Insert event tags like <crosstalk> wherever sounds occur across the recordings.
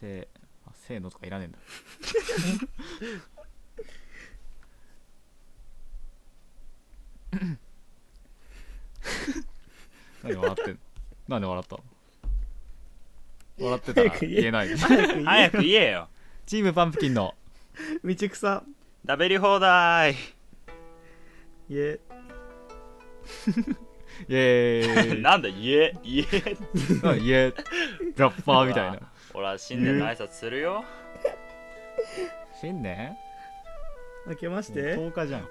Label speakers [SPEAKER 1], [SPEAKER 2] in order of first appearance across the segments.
[SPEAKER 1] せーあせーのとかいらねえんだ <laughs> 何笑ってんの何で笑ったの笑ってたら
[SPEAKER 2] 早く言え
[SPEAKER 1] 言えない
[SPEAKER 2] 早
[SPEAKER 3] 早
[SPEAKER 2] く
[SPEAKER 3] く言えよ
[SPEAKER 1] チームパンプキンの
[SPEAKER 2] 言え道草
[SPEAKER 3] 食べり放題
[SPEAKER 2] 言え
[SPEAKER 1] イエーイ
[SPEAKER 3] なんだ言え言え
[SPEAKER 1] 何イエーラッパーみたいな
[SPEAKER 3] 俺は新年の挨拶するよ
[SPEAKER 1] 新年
[SPEAKER 2] 明けまし
[SPEAKER 1] もう
[SPEAKER 2] て
[SPEAKER 1] 10日じゃんも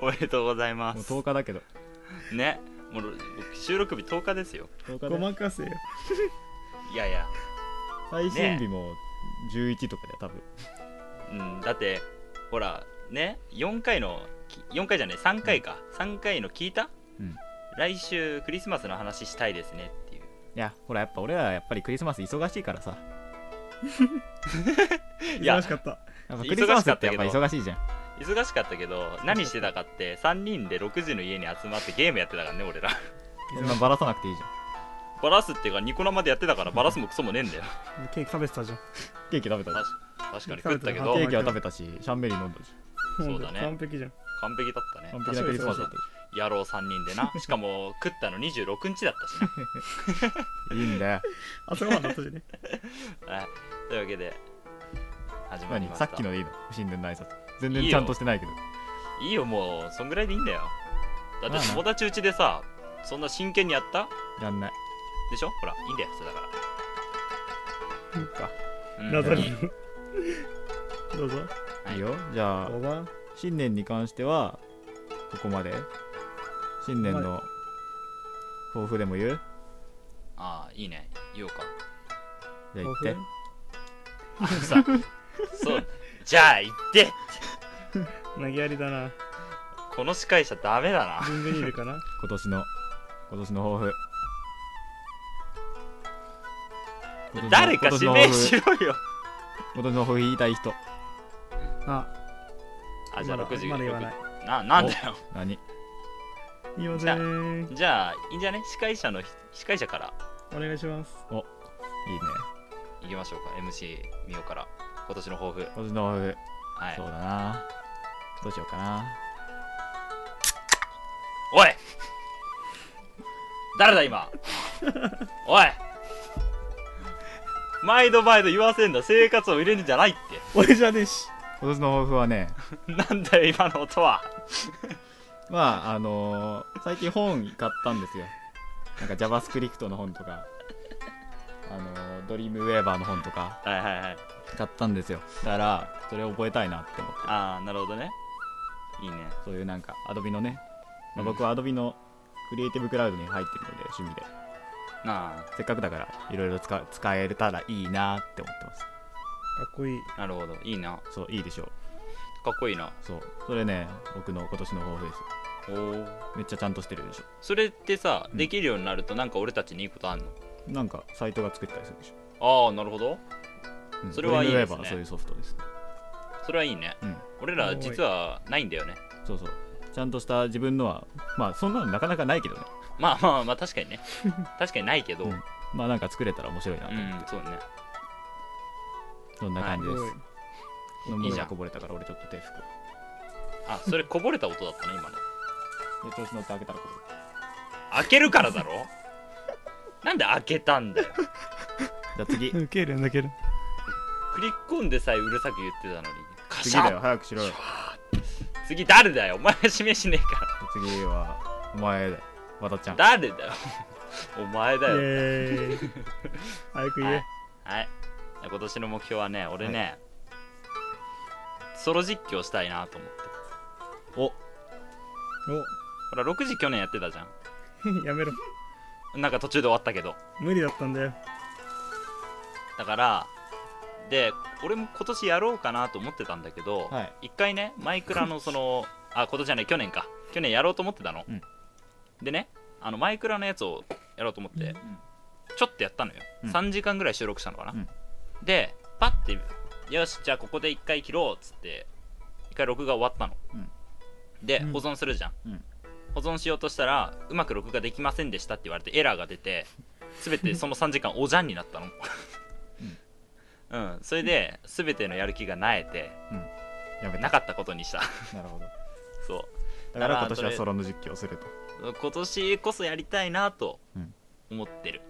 [SPEAKER 3] おめでとうございま
[SPEAKER 1] う
[SPEAKER 3] す
[SPEAKER 1] 10日だけど
[SPEAKER 3] ねもう収録日10日ですよ
[SPEAKER 1] 10日
[SPEAKER 2] ご
[SPEAKER 1] だよ
[SPEAKER 2] まかせよ
[SPEAKER 3] いやいや
[SPEAKER 1] 最新日も11とかだよ多分
[SPEAKER 3] うん、だってほらね4回のき4回じゃない3回か、3回の聞いた、
[SPEAKER 1] うん
[SPEAKER 3] 来週クリスマスの話したいですねっていう
[SPEAKER 1] いやほらやっぱ俺らやっぱりクリスマス忙しいからさ
[SPEAKER 3] いや
[SPEAKER 2] 忙しかった
[SPEAKER 1] やっぱクリスマスってやっぱ
[SPEAKER 3] 忙しか
[SPEAKER 1] 忙しいじゃん
[SPEAKER 3] 忙しかったけど何してたか
[SPEAKER 1] <laughs>
[SPEAKER 3] って3人で6時の家に集まってゲームやってたからね俺ら
[SPEAKER 1] そんなバラさなくていいじゃん
[SPEAKER 3] バラすっていうかニコ生でやってたからバラすもクソもねえんだよ
[SPEAKER 2] ケーキ食べてたじゃん
[SPEAKER 1] ケーキ食べたし
[SPEAKER 3] 確かに食ったけ
[SPEAKER 1] ケ
[SPEAKER 3] ど
[SPEAKER 2] 食
[SPEAKER 1] ー
[SPEAKER 2] べた
[SPEAKER 1] キは食べたしシャンメリー飲んだし
[SPEAKER 3] そうだね
[SPEAKER 2] 完璧じゃん
[SPEAKER 3] 完璧だったね
[SPEAKER 1] 完璧なクリスマスだった
[SPEAKER 3] 野郎3人でなしかも食ったの26日だったしね
[SPEAKER 1] しいいんだよ
[SPEAKER 2] 朝ごはんだったじゃね
[SPEAKER 3] はい、というわけで始まり
[SPEAKER 1] 何
[SPEAKER 3] まし
[SPEAKER 1] さ
[SPEAKER 3] た
[SPEAKER 1] っきのでいいの新年の挨拶全然ちゃんとしてないけど
[SPEAKER 3] いいよもうそんぐらいでいいんだよだ
[SPEAKER 1] まあね
[SPEAKER 3] って友達うちでさそんな真剣にやった
[SPEAKER 1] やんない
[SPEAKER 3] でしょほらいいんだよそれだか、
[SPEAKER 2] なんから
[SPEAKER 3] うん
[SPEAKER 2] 謎に
[SPEAKER 3] いい
[SPEAKER 2] どうぞ
[SPEAKER 3] は
[SPEAKER 1] い
[SPEAKER 3] い
[SPEAKER 1] いよじゃあ
[SPEAKER 2] おばん
[SPEAKER 1] 新年に関してはここまで新年の抱負でも言う
[SPEAKER 3] ああいいね言おうか
[SPEAKER 1] じゃあ言って
[SPEAKER 3] あのさそう <laughs> じゃあ言って
[SPEAKER 2] 投げやりだな
[SPEAKER 3] この司会者ダメだな
[SPEAKER 2] <laughs> ジンベリールかな
[SPEAKER 1] 今年の今年の抱負今年の
[SPEAKER 3] 誰か
[SPEAKER 1] 今年
[SPEAKER 3] 指
[SPEAKER 1] の
[SPEAKER 3] 名
[SPEAKER 1] 抱負
[SPEAKER 3] しろよ
[SPEAKER 1] 今年の抱負言いたい人
[SPEAKER 2] あ
[SPEAKER 3] あじゃあ
[SPEAKER 2] まだ
[SPEAKER 3] 6時
[SPEAKER 2] まだ言わない
[SPEAKER 3] 6ななんだよ
[SPEAKER 1] 何
[SPEAKER 2] いいよぜーん
[SPEAKER 3] じゃあいいんじゃね司会者の司会者から
[SPEAKER 2] お願いします
[SPEAKER 1] いいね
[SPEAKER 3] いきましょうか MC みおから今年の抱負
[SPEAKER 1] 今年の抱負
[SPEAKER 3] はい
[SPEAKER 1] そうだなどうしようかな
[SPEAKER 3] おい誰だ今おい毎度毎度言わせんだ生活を入れるんじゃないっ
[SPEAKER 2] 俺じゃねえし
[SPEAKER 1] 今年の抱負はね <laughs>
[SPEAKER 3] てなんだよ今の音は
[SPEAKER 1] まああのー最近本買ったんですよなんか JavaScript の本とかあのードリームウェーバーの本とか
[SPEAKER 3] はいはいはい
[SPEAKER 1] 買ったんですよだからそれを覚えたいなって思って
[SPEAKER 3] ああなるほどねいいね
[SPEAKER 1] そういうなんか Adobe のね、ま
[SPEAKER 3] うん
[SPEAKER 1] あ、僕は Adobe のクリエイティブクラウドに入ってるので趣味で
[SPEAKER 3] な
[SPEAKER 1] せっかくだからいろいろ使う使えれたらいいなって思ってます
[SPEAKER 2] かっこいい
[SPEAKER 3] あなるほどいいな
[SPEAKER 1] そういいでしょう
[SPEAKER 3] かっこいいな
[SPEAKER 1] そうそれね僕の今年の抱負です
[SPEAKER 3] おお
[SPEAKER 1] めっちゃちゃんとしてるでしょ
[SPEAKER 3] それってさ
[SPEAKER 1] うん
[SPEAKER 3] できるようになるとなんか俺たちにいいことあんの
[SPEAKER 1] なんかサイトが作ったりするでしょ、
[SPEAKER 3] ああなるほど
[SPEAKER 1] うん
[SPEAKER 3] それはいい
[SPEAKER 1] ドリー
[SPEAKER 3] ですね
[SPEAKER 1] ムウェーバーはそういうソフトです
[SPEAKER 3] それはいいね
[SPEAKER 1] うん
[SPEAKER 3] 俺ら実はないんだよね
[SPEAKER 1] そうそうちゃんとした自分のはまあそんなのなかなかないけどね
[SPEAKER 3] まあまあまあ確か
[SPEAKER 1] <laughs>
[SPEAKER 3] にね確かにないけどう、
[SPEAKER 1] うんんまあなんか作れたら面白いな、
[SPEAKER 3] そうね
[SPEAKER 1] そんな感じです、
[SPEAKER 2] お
[SPEAKER 1] 飲
[SPEAKER 2] い
[SPEAKER 1] み
[SPEAKER 3] いい
[SPEAKER 1] 物
[SPEAKER 3] じゃ
[SPEAKER 1] が
[SPEAKER 3] ん
[SPEAKER 1] こぼれたから俺ちょっと手拭く
[SPEAKER 3] あそれこぼれた音だったね今の
[SPEAKER 1] で調子乗って開けたらこぼれ
[SPEAKER 3] 開けるから
[SPEAKER 1] <laughs>
[SPEAKER 3] だろなんで開けたんだよ
[SPEAKER 1] たじゃあ
[SPEAKER 3] <laughs>
[SPEAKER 1] 次
[SPEAKER 2] ウケるんだけど
[SPEAKER 3] クリックンでさえうるさく言ってたのにカ
[SPEAKER 1] 次
[SPEAKER 3] シャン
[SPEAKER 1] だよ早くしろよ
[SPEAKER 3] 次誰だよお前が指名しねえ
[SPEAKER 1] <laughs>
[SPEAKER 3] か
[SPEAKER 1] 次はお前だよわたちゃん
[SPEAKER 3] ら誰だよお前
[SPEAKER 2] イエ
[SPEAKER 3] だよ
[SPEAKER 2] ーイ早く言
[SPEAKER 3] は
[SPEAKER 2] え
[SPEAKER 3] い、はい、今年の目標はね俺ね、ソロ実況したいなと思って
[SPEAKER 1] お
[SPEAKER 3] ほら6時去年やってたじゃ
[SPEAKER 2] お <laughs> やめろ
[SPEAKER 3] んなんか途中で終わったけど
[SPEAKER 2] 無理だったんだよ
[SPEAKER 3] だからで俺も今年やろうかなと思ってたんだけど、
[SPEAKER 1] はい
[SPEAKER 3] 一回ねマイクラの
[SPEAKER 1] <laughs>
[SPEAKER 3] そのあ今年じゃない去年か去年やろうと思ってたの、
[SPEAKER 1] うん
[SPEAKER 3] でねあのマイクラのやつをやろうと思って、
[SPEAKER 2] うん
[SPEAKER 3] ちょっとやったのよ、
[SPEAKER 1] うん
[SPEAKER 3] 3時間ぐらい収録したのかな、
[SPEAKER 1] うん
[SPEAKER 3] でパッてよしじゃあここで一回切ろうっつって一回録画終わったの、
[SPEAKER 1] うん
[SPEAKER 3] で
[SPEAKER 2] うん
[SPEAKER 3] 保存するじゃん、
[SPEAKER 1] うん
[SPEAKER 3] 保存しようとしたらうまく録画できませんでしたって言われてエラーが出て全てその3時間おじゃんになったの <laughs> うん、それで全てのやる気がなえて
[SPEAKER 1] やめた
[SPEAKER 3] なかったことにした
[SPEAKER 1] なるほど
[SPEAKER 3] そ
[SPEAKER 1] だから今年はソロの実況をすると
[SPEAKER 3] う今年こそやりたいなと
[SPEAKER 1] うん
[SPEAKER 3] 思ってる、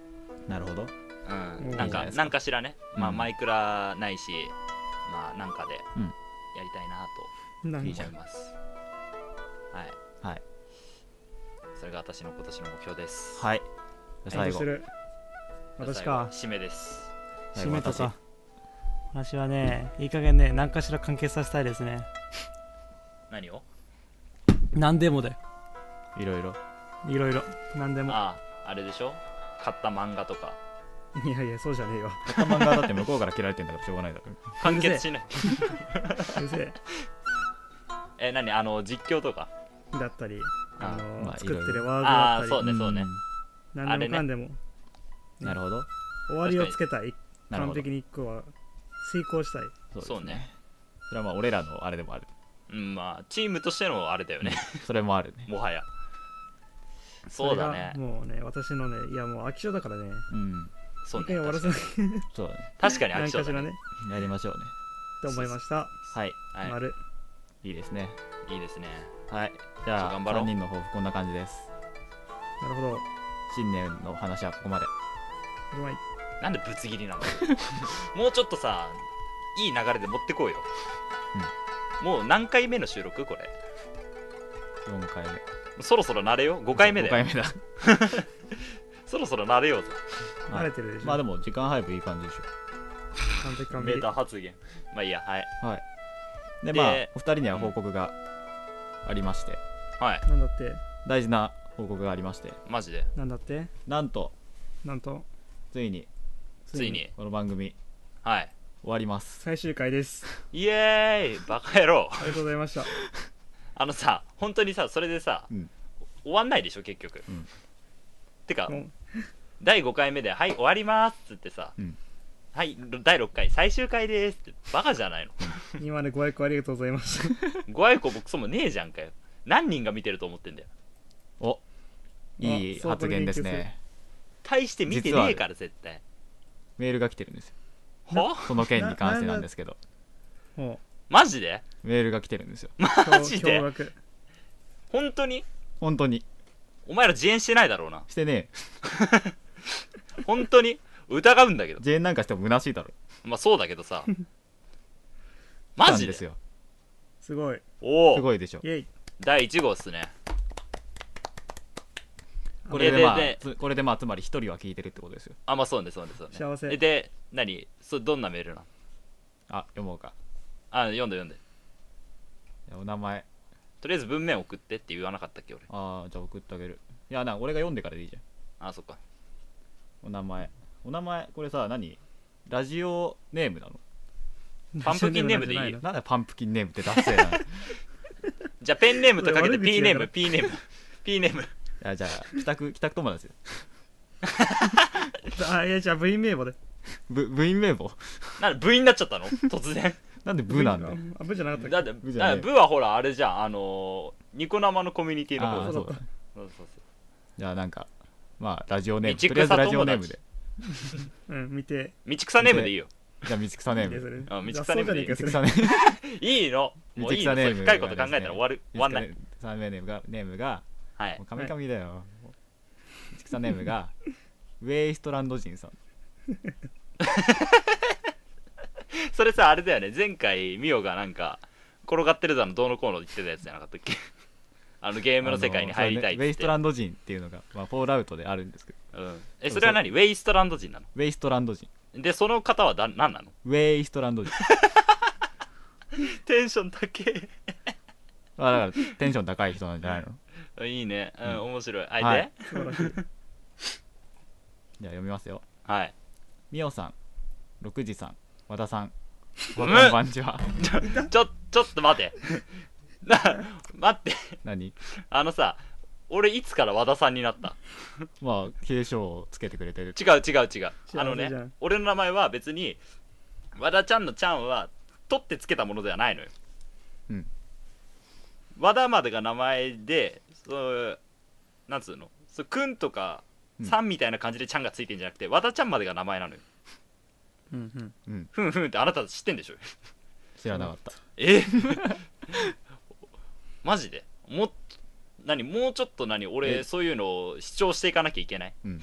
[SPEAKER 1] なるほど
[SPEAKER 3] うん
[SPEAKER 2] うん
[SPEAKER 3] ない
[SPEAKER 2] い
[SPEAKER 3] ん
[SPEAKER 1] じゃない
[SPEAKER 3] か
[SPEAKER 1] ですか
[SPEAKER 3] なんかしらね、まあ、
[SPEAKER 1] うん
[SPEAKER 3] マイクラないしまあなんかでや
[SPEAKER 1] うん
[SPEAKER 3] りたいな
[SPEAKER 2] な
[SPEAKER 3] と
[SPEAKER 2] ん
[SPEAKER 1] い
[SPEAKER 3] 思
[SPEAKER 1] いじゃん
[SPEAKER 3] います、はい
[SPEAKER 1] はい
[SPEAKER 3] それが私の今年の目標です
[SPEAKER 1] はいじゃあ最
[SPEAKER 2] 遠慮し
[SPEAKER 1] 後
[SPEAKER 2] てる私
[SPEAKER 3] 最後
[SPEAKER 2] か
[SPEAKER 3] 締めです
[SPEAKER 1] 最
[SPEAKER 2] 締
[SPEAKER 1] 後
[SPEAKER 2] めた
[SPEAKER 1] 私
[SPEAKER 2] か私はねいい加減ね何かしら完結させたいですね
[SPEAKER 3] 何を
[SPEAKER 2] 何でもで
[SPEAKER 1] いろいろ
[SPEAKER 2] いろいろ何でも
[SPEAKER 3] あああれでしょ買った漫画とか
[SPEAKER 2] いやいやそうじゃねえよ
[SPEAKER 1] 買った漫画はだって向こうから切られてんだからしょうがないだろ
[SPEAKER 3] 完結しない
[SPEAKER 2] 先生
[SPEAKER 3] え何あの実況とか
[SPEAKER 2] だったり
[SPEAKER 3] あ
[SPEAKER 2] あの、
[SPEAKER 1] まあ
[SPEAKER 2] 作って
[SPEAKER 1] いろ
[SPEAKER 2] るワード
[SPEAKER 3] あ
[SPEAKER 2] だ
[SPEAKER 3] あ
[SPEAKER 2] った
[SPEAKER 3] そう
[SPEAKER 2] り
[SPEAKER 3] ねそうね
[SPEAKER 2] 何でもかんでも、
[SPEAKER 1] うんなるほど
[SPEAKER 2] 終わりをつけたい
[SPEAKER 1] なるほ
[SPEAKER 2] 完
[SPEAKER 1] ど
[SPEAKER 2] 璧に一個は遂行したい
[SPEAKER 1] です
[SPEAKER 3] そうね
[SPEAKER 1] それはまあ俺らのあれでもある
[SPEAKER 3] うんまあチームとしてのあれだよね
[SPEAKER 1] それもあるね
[SPEAKER 3] もはやそうだね
[SPEAKER 2] れがもうね私のねいやもう飽き性だからね
[SPEAKER 1] うん
[SPEAKER 3] そう
[SPEAKER 2] 一回
[SPEAKER 3] ね
[SPEAKER 2] 終わらせない
[SPEAKER 1] そうだね
[SPEAKER 3] 確かに飽
[SPEAKER 2] 何
[SPEAKER 3] きそ
[SPEAKER 2] か
[SPEAKER 3] うだ
[SPEAKER 2] しらね
[SPEAKER 3] ね
[SPEAKER 1] やりましょうね
[SPEAKER 2] と思いました
[SPEAKER 1] はい
[SPEAKER 3] は
[SPEAKER 2] 丸
[SPEAKER 1] いいですね
[SPEAKER 3] いいいですね
[SPEAKER 1] はいじゃあ
[SPEAKER 3] ちょっと頑張ろう
[SPEAKER 1] 3人の抱負こんな感じです
[SPEAKER 2] なるほど
[SPEAKER 1] 新年の話はここまで
[SPEAKER 2] うまい
[SPEAKER 3] なんでぶつ切りなの <laughs> もうちょっとさいい流れで持ってこうよ、もう何回目の収録これ
[SPEAKER 1] 4回目
[SPEAKER 3] そろそろ慣れよ5回目
[SPEAKER 1] 5
[SPEAKER 3] だ
[SPEAKER 1] 回
[SPEAKER 3] よ
[SPEAKER 1] 目だ
[SPEAKER 3] そろそろ慣れようぞ
[SPEAKER 1] はい
[SPEAKER 2] 慣れてるでしょ、
[SPEAKER 1] まあでも時間配分いい感じでし
[SPEAKER 2] 完璧完
[SPEAKER 3] メ
[SPEAKER 2] 璧
[SPEAKER 3] ーター発言まあいいやはい
[SPEAKER 1] ょはいで
[SPEAKER 3] で
[SPEAKER 1] まあお二人には報告がありまして
[SPEAKER 3] はい
[SPEAKER 2] なんだって
[SPEAKER 1] 大事な報告がありまして
[SPEAKER 3] マジで
[SPEAKER 2] なんだって
[SPEAKER 1] なんと
[SPEAKER 2] なんと
[SPEAKER 1] ついに
[SPEAKER 3] ついに
[SPEAKER 1] この番組
[SPEAKER 3] はい
[SPEAKER 1] 終わります
[SPEAKER 2] 最終回です
[SPEAKER 3] イエーイバカ野郎
[SPEAKER 2] ありがとうございました
[SPEAKER 3] あのさ本当にさそれでさ、
[SPEAKER 1] うん
[SPEAKER 3] 終わんないでしょ結局、
[SPEAKER 1] うん
[SPEAKER 3] てか、
[SPEAKER 2] もう
[SPEAKER 3] 第5回目で「はい終わります」っつってさ「
[SPEAKER 1] うん
[SPEAKER 3] はい第6回最終回です」ってバカじゃないの
[SPEAKER 2] 今までご愛顧ありがとうございました
[SPEAKER 3] <laughs> ご愛顧もクソもねえじゃんかよ何人が見てると思ってんだよ
[SPEAKER 1] おいい
[SPEAKER 2] あ
[SPEAKER 1] 発言ですね
[SPEAKER 3] 大して見てねえから絶対
[SPEAKER 1] メールが来てるんですよ
[SPEAKER 3] は
[SPEAKER 1] その件に関してなんですけど
[SPEAKER 2] も
[SPEAKER 3] マジで
[SPEAKER 1] メールが来てるんですよ
[SPEAKER 2] う
[SPEAKER 3] マジで
[SPEAKER 2] 驚愕
[SPEAKER 3] 本当に
[SPEAKER 1] 本当に
[SPEAKER 3] お前ら自演してないだろうな
[SPEAKER 1] してね
[SPEAKER 3] 本当に疑うんだけど
[SPEAKER 1] ジェーンなんかしても虚しいだろ
[SPEAKER 3] まあそうだけどさマ
[SPEAKER 1] 来た
[SPEAKER 3] ジ
[SPEAKER 1] ん
[SPEAKER 3] で
[SPEAKER 1] ですよ
[SPEAKER 2] すごい
[SPEAKER 3] お
[SPEAKER 1] す
[SPEAKER 3] お
[SPEAKER 1] ごいでしょ
[SPEAKER 2] イェイ
[SPEAKER 3] 第1号っすね
[SPEAKER 1] これでまあ
[SPEAKER 3] でで
[SPEAKER 1] つこれでまあつまり一人は聞いてるってことですよ
[SPEAKER 3] あまあそうねそうねそうね
[SPEAKER 2] 幸せ
[SPEAKER 3] えで何そどんなメールなの
[SPEAKER 1] あ読もうか
[SPEAKER 3] あ読んで読んで
[SPEAKER 1] お名前
[SPEAKER 3] とりあえず文面送ってって言わなかったっけ俺
[SPEAKER 1] ああじゃあ送ってあげるいやな俺が読んでからでいいじゃん
[SPEAKER 3] あそっか
[SPEAKER 1] お名前お名前これさ何ラジオネームなの
[SPEAKER 3] パンプキンネームでいい
[SPEAKER 2] ラジオ
[SPEAKER 1] なんだよパンプキンネームってダッセー
[SPEAKER 3] <laughs>
[SPEAKER 1] ない
[SPEAKER 3] じゃあペンネームとかけ
[SPEAKER 2] 俺
[SPEAKER 3] て
[SPEAKER 2] 悪口
[SPEAKER 3] P ネーム
[SPEAKER 2] や
[SPEAKER 3] P ネーム P ネーム
[SPEAKER 1] やじゃあ帰宅帰宅友達です
[SPEAKER 2] じゃないあいやじゃあ V 名簿で
[SPEAKER 1] ぶ部員名簿
[SPEAKER 3] なんで部員になっちゃったの突然
[SPEAKER 1] なんで部なんだよ
[SPEAKER 2] あ部じゃなかったっけ
[SPEAKER 3] だって
[SPEAKER 1] 部じゃねえ
[SPEAKER 3] だって部はほらあれじゃんあのーニコ生のコミュニティの
[SPEAKER 1] あ
[SPEAKER 3] 方
[SPEAKER 1] あ
[SPEAKER 3] そ
[SPEAKER 1] そううだね
[SPEAKER 3] そうそう
[SPEAKER 1] じゃあなんかまあラジオネームと
[SPEAKER 3] 道草
[SPEAKER 1] りあえずラジオネームで
[SPEAKER 2] うん見て
[SPEAKER 3] 道草ネームでいいよ
[SPEAKER 1] じゃあ道草ネ
[SPEAKER 2] いい
[SPEAKER 1] ー
[SPEAKER 2] ねそ
[SPEAKER 1] ム
[SPEAKER 2] れ
[SPEAKER 3] あ道
[SPEAKER 2] 雑
[SPEAKER 3] 草ネー
[SPEAKER 2] 草じ
[SPEAKER 3] ム
[SPEAKER 2] ゃ
[SPEAKER 3] で
[SPEAKER 2] ね
[SPEAKER 3] いい
[SPEAKER 2] えか
[SPEAKER 1] 道草ネーム
[SPEAKER 2] それ
[SPEAKER 3] いいのもういい
[SPEAKER 1] 道草
[SPEAKER 3] の
[SPEAKER 1] ネーム
[SPEAKER 3] そう深いこと考えたら終わる終わん
[SPEAKER 1] 道
[SPEAKER 3] な
[SPEAKER 1] 草
[SPEAKER 3] い
[SPEAKER 1] ネ草ネームがネームが
[SPEAKER 3] はい
[SPEAKER 1] もうカミカミだよ道草ネーム
[SPEAKER 3] <laughs>
[SPEAKER 1] がウェイストランド人さん
[SPEAKER 3] それさあれだよね前回ミオがなんか転がってるだのどうのこうの言ってたやつじゃなかったっけ <laughs> あのゲームの世界に入りたいっ
[SPEAKER 1] あのそう
[SPEAKER 3] つ
[SPEAKER 1] ねウェイ
[SPEAKER 3] っ
[SPEAKER 1] ス
[SPEAKER 3] て
[SPEAKER 1] トランド人っていうのが、まあ、フォールアウトであるんですけど
[SPEAKER 3] うんえそれは何ウェイストランド人なの
[SPEAKER 1] ウェイストランド人
[SPEAKER 3] でその方はだ何なの
[SPEAKER 1] ウェイストラン
[SPEAKER 3] <laughs>
[SPEAKER 1] ド人
[SPEAKER 3] テンション高け
[SPEAKER 1] あだからテンション高い人なんじゃないの
[SPEAKER 3] いいね、うん
[SPEAKER 1] うん
[SPEAKER 3] 面白い相手
[SPEAKER 1] は
[SPEAKER 3] はいい、
[SPEAKER 2] 素晴らしい
[SPEAKER 1] じゃあ読みますよ
[SPEAKER 3] はい、
[SPEAKER 1] みおさん六時さん和田さん
[SPEAKER 3] ご
[SPEAKER 1] こ
[SPEAKER 3] め
[SPEAKER 1] ん
[SPEAKER 3] ん
[SPEAKER 1] ばんちは <laughs>
[SPEAKER 3] ちょちょっと待てな待って
[SPEAKER 1] 何
[SPEAKER 3] あのさ俺いつから和田さんになった
[SPEAKER 1] まあ継承をつけてくれてる
[SPEAKER 3] 違う違う違う
[SPEAKER 2] じゃん
[SPEAKER 3] あのね
[SPEAKER 2] じゃん
[SPEAKER 3] 俺の名前は別に和田ちゃんのちゃんは取ってつけたものではないのよ、
[SPEAKER 1] うん
[SPEAKER 3] 和田までが名前でそうなんつうのそうくんとか
[SPEAKER 1] うん
[SPEAKER 3] さんみたいな感じでちゃんがついてんじゃなくて、和田ちゃんまでが名前なのよ
[SPEAKER 2] うんうん
[SPEAKER 1] うん
[SPEAKER 3] ふんふんってあなた知ってんで
[SPEAKER 1] <laughs>
[SPEAKER 3] しょ
[SPEAKER 1] 知らなかった
[SPEAKER 3] えマジでもっ何もうちょっと何俺
[SPEAKER 1] え
[SPEAKER 3] そういうのを主張していかなきゃいけない
[SPEAKER 1] だっ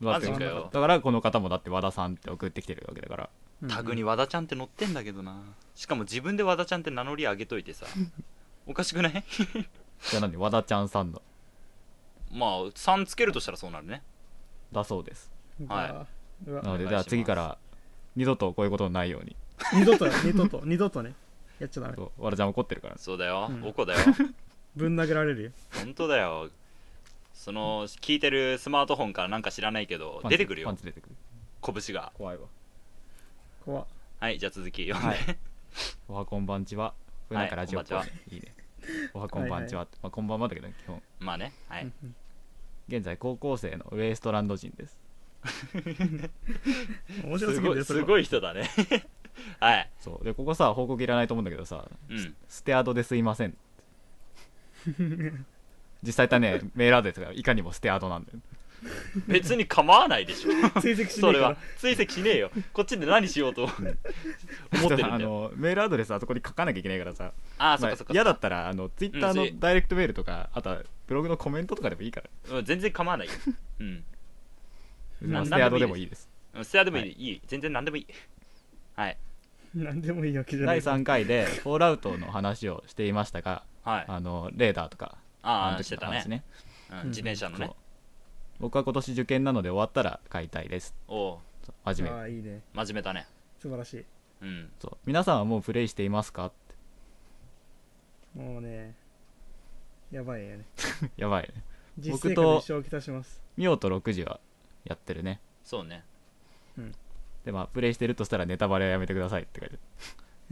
[SPEAKER 3] マ
[SPEAKER 1] て
[SPEAKER 3] ジか
[SPEAKER 1] だ
[SPEAKER 3] よ
[SPEAKER 1] からこの方もだって和田さんって送ってきてるわけだから
[SPEAKER 2] うん
[SPEAKER 3] タグに和田ちゃんって載ってんだけどなしかも自分で和田ちゃんって名乗り上げといてさおかしくない
[SPEAKER 1] じゃあなんで和田ちゃんさんの
[SPEAKER 3] まあ3つけるとしたらそうなるね
[SPEAKER 1] だそうです
[SPEAKER 3] は
[SPEAKER 2] うわ
[SPEAKER 1] なので
[SPEAKER 3] お
[SPEAKER 1] じゃ
[SPEAKER 3] 願いしま
[SPEAKER 1] あ
[SPEAKER 3] す
[SPEAKER 1] 次から二度とこういうことのないように
[SPEAKER 2] 二度とよ二度と二度とねやっちゃダメ
[SPEAKER 1] そう和田ちゃん怒ってるから
[SPEAKER 3] そうだよ、
[SPEAKER 2] うん
[SPEAKER 3] おこだよ
[SPEAKER 2] ぶん殴られるよ
[SPEAKER 3] 本当だよその聞いてるスマートフォンからなんか知らないけど
[SPEAKER 1] パンチ
[SPEAKER 3] 出てくる
[SPEAKER 1] パ
[SPEAKER 3] よ
[SPEAKER 1] ンチ出てくる
[SPEAKER 3] 拳が
[SPEAKER 1] 怖いわ
[SPEAKER 2] 怖っ
[SPEAKER 3] はいじゃあ続き読んで、 <laughs>
[SPEAKER 1] おはこんばんちはこれなんか
[SPEAKER 3] は
[SPEAKER 1] ラ
[SPEAKER 3] い
[SPEAKER 1] ジオっぽい、
[SPEAKER 3] こんばん
[SPEAKER 1] い、いねおはこんばんちはまあこんばんはだけどね基本
[SPEAKER 3] まあねはい、
[SPEAKER 2] うんうん
[SPEAKER 1] 現在高校生のウエストランド人です
[SPEAKER 2] 面白
[SPEAKER 3] す
[SPEAKER 2] すぎる
[SPEAKER 3] ごい
[SPEAKER 2] よそれ
[SPEAKER 3] す
[SPEAKER 2] は
[SPEAKER 3] ごい人だね <laughs> はい、
[SPEAKER 1] そうでここさ報告いらないと思うんだけどさ
[SPEAKER 3] うん、
[SPEAKER 1] ステアドですいません実際だねメールアドレスがいかにもステアドなんだよ
[SPEAKER 3] 別に構わないでしょ
[SPEAKER 2] 追跡しね
[SPEAKER 3] そ
[SPEAKER 2] え
[SPEAKER 3] れ
[SPEAKER 2] か
[SPEAKER 3] は
[SPEAKER 2] ら
[SPEAKER 3] 追跡しねえよこっちで何しようと思ってるんだ
[SPEAKER 1] <laughs>
[SPEAKER 3] よ
[SPEAKER 1] あのメールアドレスあそこに書かなきゃいけないからさ
[SPEAKER 3] ああ
[SPEAKER 1] ま
[SPEAKER 3] そ
[SPEAKER 1] あ
[SPEAKER 3] っかそっか
[SPEAKER 1] 嫌だったらあのツイッター
[SPEAKER 3] うんそ
[SPEAKER 1] の
[SPEAKER 3] う
[SPEAKER 1] ダイレクトメールとか、あとはブログのコメントとかでもいいから
[SPEAKER 3] うん全然構わないようん
[SPEAKER 1] 別に
[SPEAKER 3] うん
[SPEAKER 1] ステアドでもいいです
[SPEAKER 3] うんステアでもいい,、、
[SPEAKER 1] はい
[SPEAKER 3] い全然何でもいいはい
[SPEAKER 2] 何でもいいわけじゃない
[SPEAKER 1] 第3回で「フォールアウト」の話をしていましたが
[SPEAKER 3] はいあ
[SPEAKER 1] あのレーダーとか
[SPEAKER 3] あ
[SPEAKER 1] の
[SPEAKER 3] ーしてたね
[SPEAKER 1] ね
[SPEAKER 3] うん、自転車の
[SPEAKER 1] そ
[SPEAKER 3] ね
[SPEAKER 1] う僕は今年受験なので終わったら買いたいです
[SPEAKER 3] おう
[SPEAKER 1] そう真面
[SPEAKER 2] あ
[SPEAKER 1] 目
[SPEAKER 2] あいいね
[SPEAKER 3] 真面目だね
[SPEAKER 2] 素晴らしい
[SPEAKER 3] うん
[SPEAKER 1] そう皆さんはもうプレイしていますかって
[SPEAKER 2] もうねやばいよね
[SPEAKER 1] <laughs> やばいね
[SPEAKER 2] 実
[SPEAKER 1] 僕
[SPEAKER 2] 生
[SPEAKER 1] と
[SPEAKER 2] 活一生きたします
[SPEAKER 1] ミオと6時はやってるね
[SPEAKER 3] そうね
[SPEAKER 1] でまあプレイしてるとしたらネタバレはやめてくださいって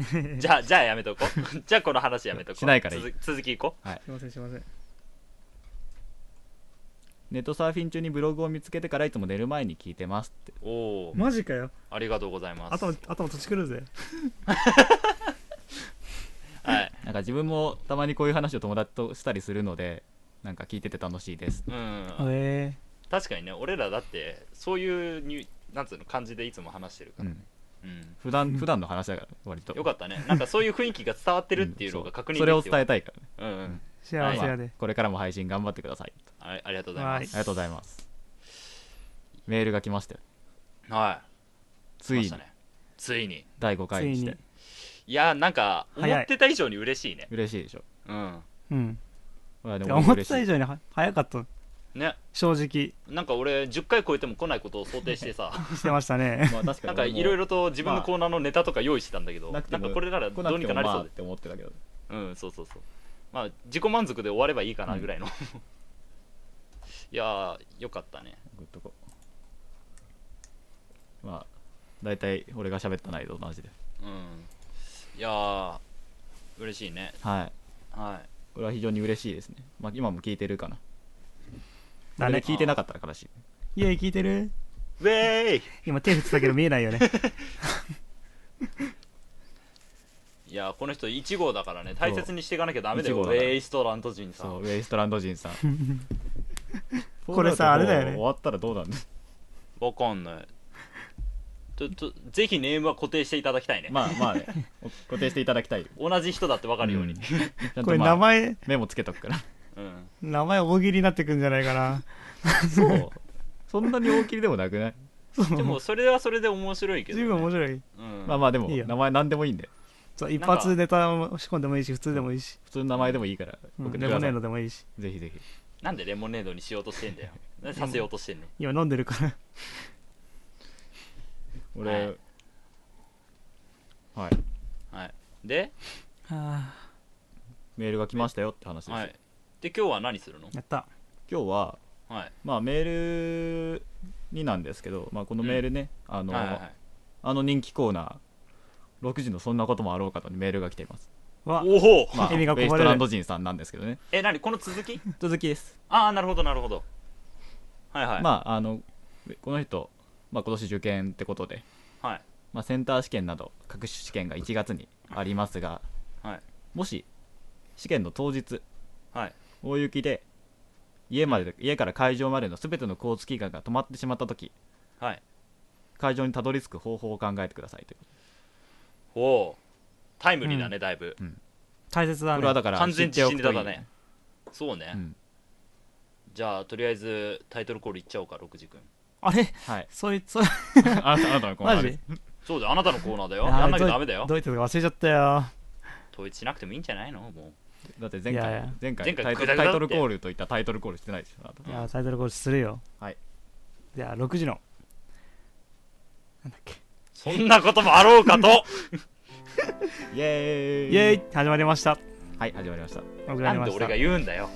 [SPEAKER 1] 書いてあ
[SPEAKER 3] じゃあじゃあやめとこう <laughs> じゃあこの話やめとこう
[SPEAKER 1] しないからいい
[SPEAKER 3] 続続きいこ
[SPEAKER 2] すいませんすいません
[SPEAKER 1] るネットサーフィン中にブログを見つけてからいつも寝る前に聞いてますって
[SPEAKER 3] うおお
[SPEAKER 2] マジかよ
[SPEAKER 3] ありがとうございます
[SPEAKER 2] 頭頭とちくるぜ
[SPEAKER 3] はい
[SPEAKER 1] なんか自分もたまにこういう話を友達としたりするのでなんか聞いてて楽しいです
[SPEAKER 3] うん
[SPEAKER 2] え
[SPEAKER 3] 確かにね俺らだってそういうになんつうの感じでいつも話してるか
[SPEAKER 1] う
[SPEAKER 3] ら
[SPEAKER 1] ん
[SPEAKER 3] うん、
[SPEAKER 1] 普段普段の話だから割と
[SPEAKER 3] よかったねなんかそういう雰囲気が伝わってるっていうのが確認
[SPEAKER 1] それを
[SPEAKER 3] できて
[SPEAKER 1] 伝えたいからね
[SPEAKER 3] それを伝えうん、うん、
[SPEAKER 2] 幸せやで、
[SPEAKER 1] まあこれからも配信頑張ってください
[SPEAKER 3] あありがとうございま
[SPEAKER 1] あ
[SPEAKER 3] す
[SPEAKER 1] りがとうございますメールが来ましたよ
[SPEAKER 3] は
[SPEAKER 1] つい
[SPEAKER 3] 来まし
[SPEAKER 1] に
[SPEAKER 3] たねついに
[SPEAKER 1] 第5回にして
[SPEAKER 2] つ
[SPEAKER 3] いやなんか思
[SPEAKER 2] 早い
[SPEAKER 3] ってた以上に嬉しいね
[SPEAKER 1] 嬉しいでしょ
[SPEAKER 3] うん
[SPEAKER 2] うん
[SPEAKER 1] まあで
[SPEAKER 2] て
[SPEAKER 1] も
[SPEAKER 2] か思
[SPEAKER 1] 嬉
[SPEAKER 2] って
[SPEAKER 1] した
[SPEAKER 2] 以
[SPEAKER 1] い
[SPEAKER 2] 上には早かった
[SPEAKER 3] ね
[SPEAKER 2] 正直
[SPEAKER 3] なんか俺10回超えても来ないことを想定し
[SPEAKER 1] <laughs>
[SPEAKER 3] てさ
[SPEAKER 2] してましたね
[SPEAKER 1] まあ確か
[SPEAKER 3] な
[SPEAKER 1] に
[SPEAKER 3] んかいろいろと自分の
[SPEAKER 1] まあ
[SPEAKER 3] コーナーのネタとか用意してたんだけど、
[SPEAKER 1] なくて
[SPEAKER 3] な
[SPEAKER 1] も
[SPEAKER 3] んかこれなら
[SPEAKER 1] 来
[SPEAKER 3] ど
[SPEAKER 1] な
[SPEAKER 3] う
[SPEAKER 1] く
[SPEAKER 3] に
[SPEAKER 1] て
[SPEAKER 3] か
[SPEAKER 1] も
[SPEAKER 3] なり
[SPEAKER 1] ま
[SPEAKER 3] そ
[SPEAKER 1] あ
[SPEAKER 3] う
[SPEAKER 1] っ
[SPEAKER 3] で、
[SPEAKER 1] て思ってたけど
[SPEAKER 3] うんそうそうそうまあ自己満足で終わればいいかなぐらいの、 <laughs> いやーよかったね
[SPEAKER 1] グッとこうまあ大体俺が喋った内容と同じで
[SPEAKER 3] うんいやー嬉しいね
[SPEAKER 1] はい
[SPEAKER 3] は
[SPEAKER 1] これは非常に嬉しいですねまあ今も聞いてるかな
[SPEAKER 2] だ
[SPEAKER 1] あれ
[SPEAKER 2] ね
[SPEAKER 1] 聞 <laughs> いてなかったら悲しい
[SPEAKER 2] イエイ聞いてる
[SPEAKER 3] いウェーイ
[SPEAKER 2] 今手振ってたけど見えな
[SPEAKER 1] <laughs>
[SPEAKER 2] いよね
[SPEAKER 3] いやーこの人1号だからね大切にしていかなきゃダメだ
[SPEAKER 1] 一
[SPEAKER 3] よ
[SPEAKER 1] 号
[SPEAKER 3] ウ
[SPEAKER 1] だから
[SPEAKER 3] ェイストラント人さ
[SPEAKER 1] そ
[SPEAKER 3] ん
[SPEAKER 1] うウェイストランド人さん
[SPEAKER 2] <laughs> これさあれだよね
[SPEAKER 1] 終わったらどうなんだ
[SPEAKER 3] わかんないちょっとぜひネームは固定していただきたいね、
[SPEAKER 1] まあまあねお固定していただきたいよ
[SPEAKER 3] 同じ人だってわかるように
[SPEAKER 1] うんちゃん
[SPEAKER 2] ことれ
[SPEAKER 1] ま
[SPEAKER 2] 名
[SPEAKER 1] あ
[SPEAKER 2] 前
[SPEAKER 1] メモつけとくから
[SPEAKER 3] うん
[SPEAKER 2] 名前大喜利になってくんじゃない
[SPEAKER 1] <laughs>
[SPEAKER 2] かな
[SPEAKER 1] そうそんなに大きりでもなくない
[SPEAKER 3] でもそれはそれで面白いけど、ね、
[SPEAKER 2] 十分面白い
[SPEAKER 3] うん
[SPEAKER 1] まあまあでも
[SPEAKER 2] いいよ
[SPEAKER 1] 名前何でもいいんで
[SPEAKER 2] そう一発ネタを仕込んでもいいし普通でもいいし、
[SPEAKER 1] 普通の名前でもいいから
[SPEAKER 2] うん、
[SPEAKER 1] 送って
[SPEAKER 2] レ
[SPEAKER 1] くだ
[SPEAKER 2] モネ
[SPEAKER 1] さい
[SPEAKER 2] ードでもいいし
[SPEAKER 1] ぜひぜひ
[SPEAKER 3] なんでレモネードにしようとして
[SPEAKER 1] <laughs>
[SPEAKER 3] んだよなんでさせようとしてんの
[SPEAKER 2] 今飲んでるから
[SPEAKER 1] 俺はい
[SPEAKER 3] はいで,、
[SPEAKER 2] はあ
[SPEAKER 1] メールが来ましたよって話です
[SPEAKER 3] はい、で今日は何するの
[SPEAKER 2] やった
[SPEAKER 1] 今日は
[SPEAKER 3] はい
[SPEAKER 1] まあメールになんですけどまあこのメールねあの
[SPEAKER 3] はいはいはい
[SPEAKER 1] あの人気コーナー6時のそんなこともあろうかとにメールが来ています
[SPEAKER 2] わ
[SPEAKER 3] おお、
[SPEAKER 1] まあ、
[SPEAKER 2] 意味がこぼ
[SPEAKER 1] ベイ
[SPEAKER 2] れる
[SPEAKER 1] ストランド人さんなんですけどね
[SPEAKER 3] <laughs> え何この続き
[SPEAKER 1] 続きです、
[SPEAKER 3] ああなるほどなるほどはいはい、
[SPEAKER 1] まああのこの人、まあ、今年受験ってことで、
[SPEAKER 3] はい
[SPEAKER 1] まあ、センター試験など各種試験が1月にありますが
[SPEAKER 3] はい
[SPEAKER 1] もし試験の当日
[SPEAKER 3] はい
[SPEAKER 1] 大雪で家まで家から会場までの全ての交通機関が止まってしまった時
[SPEAKER 3] はい
[SPEAKER 1] 会場にたどり着く方法を考えてくださいというこ
[SPEAKER 3] おおタイムリーだね、だいぶ
[SPEAKER 2] 大切
[SPEAKER 1] と
[SPEAKER 2] だ
[SPEAKER 1] これはだ
[SPEAKER 2] ね
[SPEAKER 1] から
[SPEAKER 3] 完全
[SPEAKER 1] 知って
[SPEAKER 3] 自
[SPEAKER 1] お
[SPEAKER 3] 信
[SPEAKER 1] く
[SPEAKER 3] ネ
[SPEAKER 1] と
[SPEAKER 3] タ
[SPEAKER 1] いい
[SPEAKER 3] だねそうね、
[SPEAKER 1] うん
[SPEAKER 3] じゃあとりあえずタイトルコールいっちゃおうか六時君
[SPEAKER 2] あれ
[SPEAKER 1] はい
[SPEAKER 2] そういうそう
[SPEAKER 1] あなたあなたのコーナ
[SPEAKER 2] マ
[SPEAKER 1] ー
[SPEAKER 2] ジ
[SPEAKER 1] です
[SPEAKER 3] そうだよあなたのコーナーだよ
[SPEAKER 2] あー
[SPEAKER 3] やんなき
[SPEAKER 2] ど
[SPEAKER 3] ゃ
[SPEAKER 2] う
[SPEAKER 3] ダメだよ
[SPEAKER 2] どういったのか忘れちゃったよ
[SPEAKER 3] 統一しなくてもいいんじゃないのも
[SPEAKER 1] だって前回
[SPEAKER 2] いやいや
[SPEAKER 1] 前回
[SPEAKER 3] 前回
[SPEAKER 1] タイト
[SPEAKER 3] グダ
[SPEAKER 1] ルタ
[SPEAKER 3] グダ
[SPEAKER 1] イ
[SPEAKER 3] だって
[SPEAKER 1] トルコールといったタイトルコールしてないですよあなた
[SPEAKER 2] いやタイトルコールするよ
[SPEAKER 1] はい
[SPEAKER 2] じゃあ6時のなんだっけ
[SPEAKER 3] うそんなこともあろうかと
[SPEAKER 1] イエーイ
[SPEAKER 2] イエーイ始まりました
[SPEAKER 1] はい始まりました
[SPEAKER 2] 始まりました
[SPEAKER 3] なんで俺が言うんだよ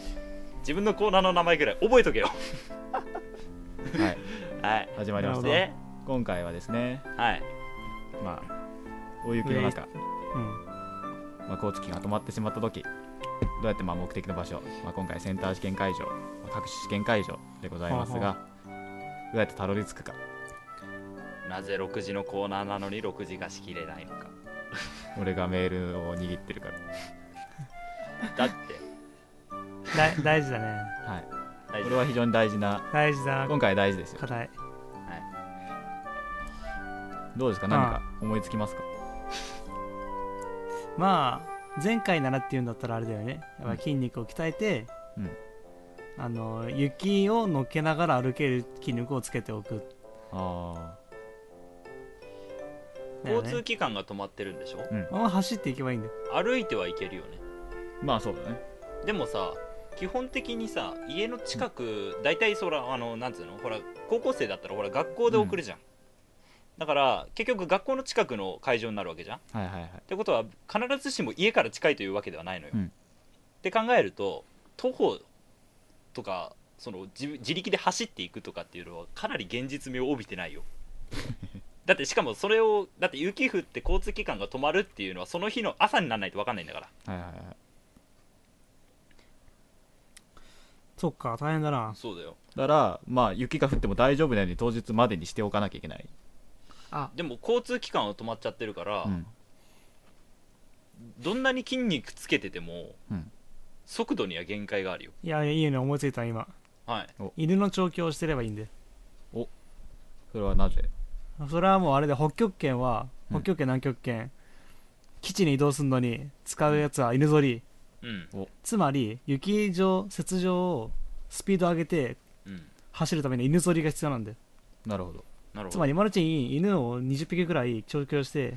[SPEAKER 3] 自分のコーナーの名前ぐらい覚えとけよ
[SPEAKER 1] はい
[SPEAKER 3] はい
[SPEAKER 1] 始まりました
[SPEAKER 2] なる
[SPEAKER 3] で
[SPEAKER 1] 今回はですね
[SPEAKER 3] はい
[SPEAKER 1] まあ大雪の中、
[SPEAKER 2] うん
[SPEAKER 1] まあ、高知機が止まってしまった時どうやってまあ目的の場所、まあ、今回センター試験会場、まあ各種試験会場でございますが
[SPEAKER 2] はあ
[SPEAKER 1] どうやってたどり着くか
[SPEAKER 3] なぜ6時のコーナーなのに6時がしきれないのか
[SPEAKER 1] 俺がメールを握ってるか
[SPEAKER 3] だって
[SPEAKER 2] だ大事だね
[SPEAKER 1] ら、はい、
[SPEAKER 3] 大
[SPEAKER 1] こ
[SPEAKER 3] 丈
[SPEAKER 1] れ
[SPEAKER 3] 夫
[SPEAKER 1] は非常に大事な
[SPEAKER 2] 大事だ
[SPEAKER 1] 今回大事ですよ
[SPEAKER 2] 課題
[SPEAKER 1] どうですか何か思いつきますか
[SPEAKER 2] まあ前回ならっていうんだったらあれだよねやっぱり筋肉を鍛えて、
[SPEAKER 1] うん
[SPEAKER 2] あの雪を乗っけながら歩ける筋肉をつけておく
[SPEAKER 1] あ
[SPEAKER 2] だよ
[SPEAKER 3] 交
[SPEAKER 2] ね
[SPEAKER 3] 通機関が止まってるんでしょ
[SPEAKER 2] あんま走っていけばいいんだよ
[SPEAKER 3] 歩いてはいけるよね
[SPEAKER 1] あまあそうだね
[SPEAKER 3] でもさ基本的にさ家の近く大体そらあのなんつうのほら高校生だったらほら学校で送るじゃん、だから結局学校の近くの会場になるわけじゃんっ
[SPEAKER 1] はいはいはい
[SPEAKER 3] てことは必ずしも家から近いというわけではないのよ、
[SPEAKER 1] うん
[SPEAKER 3] って考えると徒歩とかその自自力で走っていくとかっていうのはかなり現実味を帯びてな
[SPEAKER 1] <laughs>
[SPEAKER 3] いよだってしかもそれをだって雪降って交通機関が止まるっていうのはその日の朝にならないと分かんないんだから
[SPEAKER 1] はいはいはい
[SPEAKER 2] そっか大変だな
[SPEAKER 3] そうだよ
[SPEAKER 1] だからまあ雪が降っても大丈夫なように当日までにしておかなきゃいけない、
[SPEAKER 2] あ
[SPEAKER 3] でも交通機関は止まっちゃってるから、
[SPEAKER 1] うん、
[SPEAKER 3] どんなに筋肉つけてても、
[SPEAKER 1] うん
[SPEAKER 3] 速度には限界があるよ
[SPEAKER 2] いやいいよね思いついた今
[SPEAKER 3] はい
[SPEAKER 2] 犬の調教をしてればいいんで
[SPEAKER 1] それはなぜ
[SPEAKER 2] それはもうあれで北極圏は
[SPEAKER 1] うん
[SPEAKER 2] 北極圏南極圏、基地に移動するのに使うやつは犬ぞり
[SPEAKER 3] うん
[SPEAKER 2] つまり雪上雪上をスピード上げて
[SPEAKER 3] うん
[SPEAKER 2] 走るために犬ぞりが必要なんだよ
[SPEAKER 1] なるほど
[SPEAKER 3] なるほ
[SPEAKER 2] つ
[SPEAKER 3] ど
[SPEAKER 2] まりマルチに犬を20匹ぐらい調教して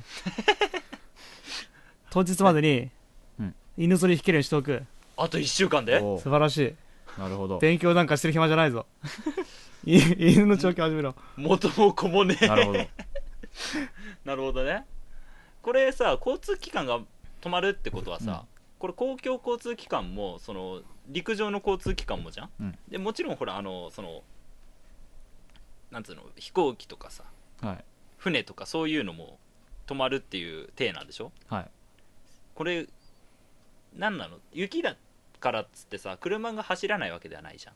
[SPEAKER 1] <laughs>
[SPEAKER 2] 当日までに
[SPEAKER 1] うん
[SPEAKER 2] 犬ぞり引けるようにしておく
[SPEAKER 3] あと1週間で
[SPEAKER 1] おう
[SPEAKER 2] 素晴らしい
[SPEAKER 1] なるほど
[SPEAKER 2] 勉強なんかしてる暇じゃな
[SPEAKER 1] <laughs>
[SPEAKER 2] いぞい犬の調教始めろ
[SPEAKER 3] 元も子もね
[SPEAKER 1] なるほど
[SPEAKER 3] なるほどねこれさ交通機関が止まるってことはさ、これ公共交通機関もその陸上の交通機関もじゃん、
[SPEAKER 1] うん
[SPEAKER 3] でもちろんほらあのそのなんつうの飛行機とかさ
[SPEAKER 1] はい
[SPEAKER 3] 船とかそういうのも止まるっていう体なんでしょ
[SPEAKER 1] はい
[SPEAKER 3] これ何なの雪だからっつってさ車が走らないわけではないじゃん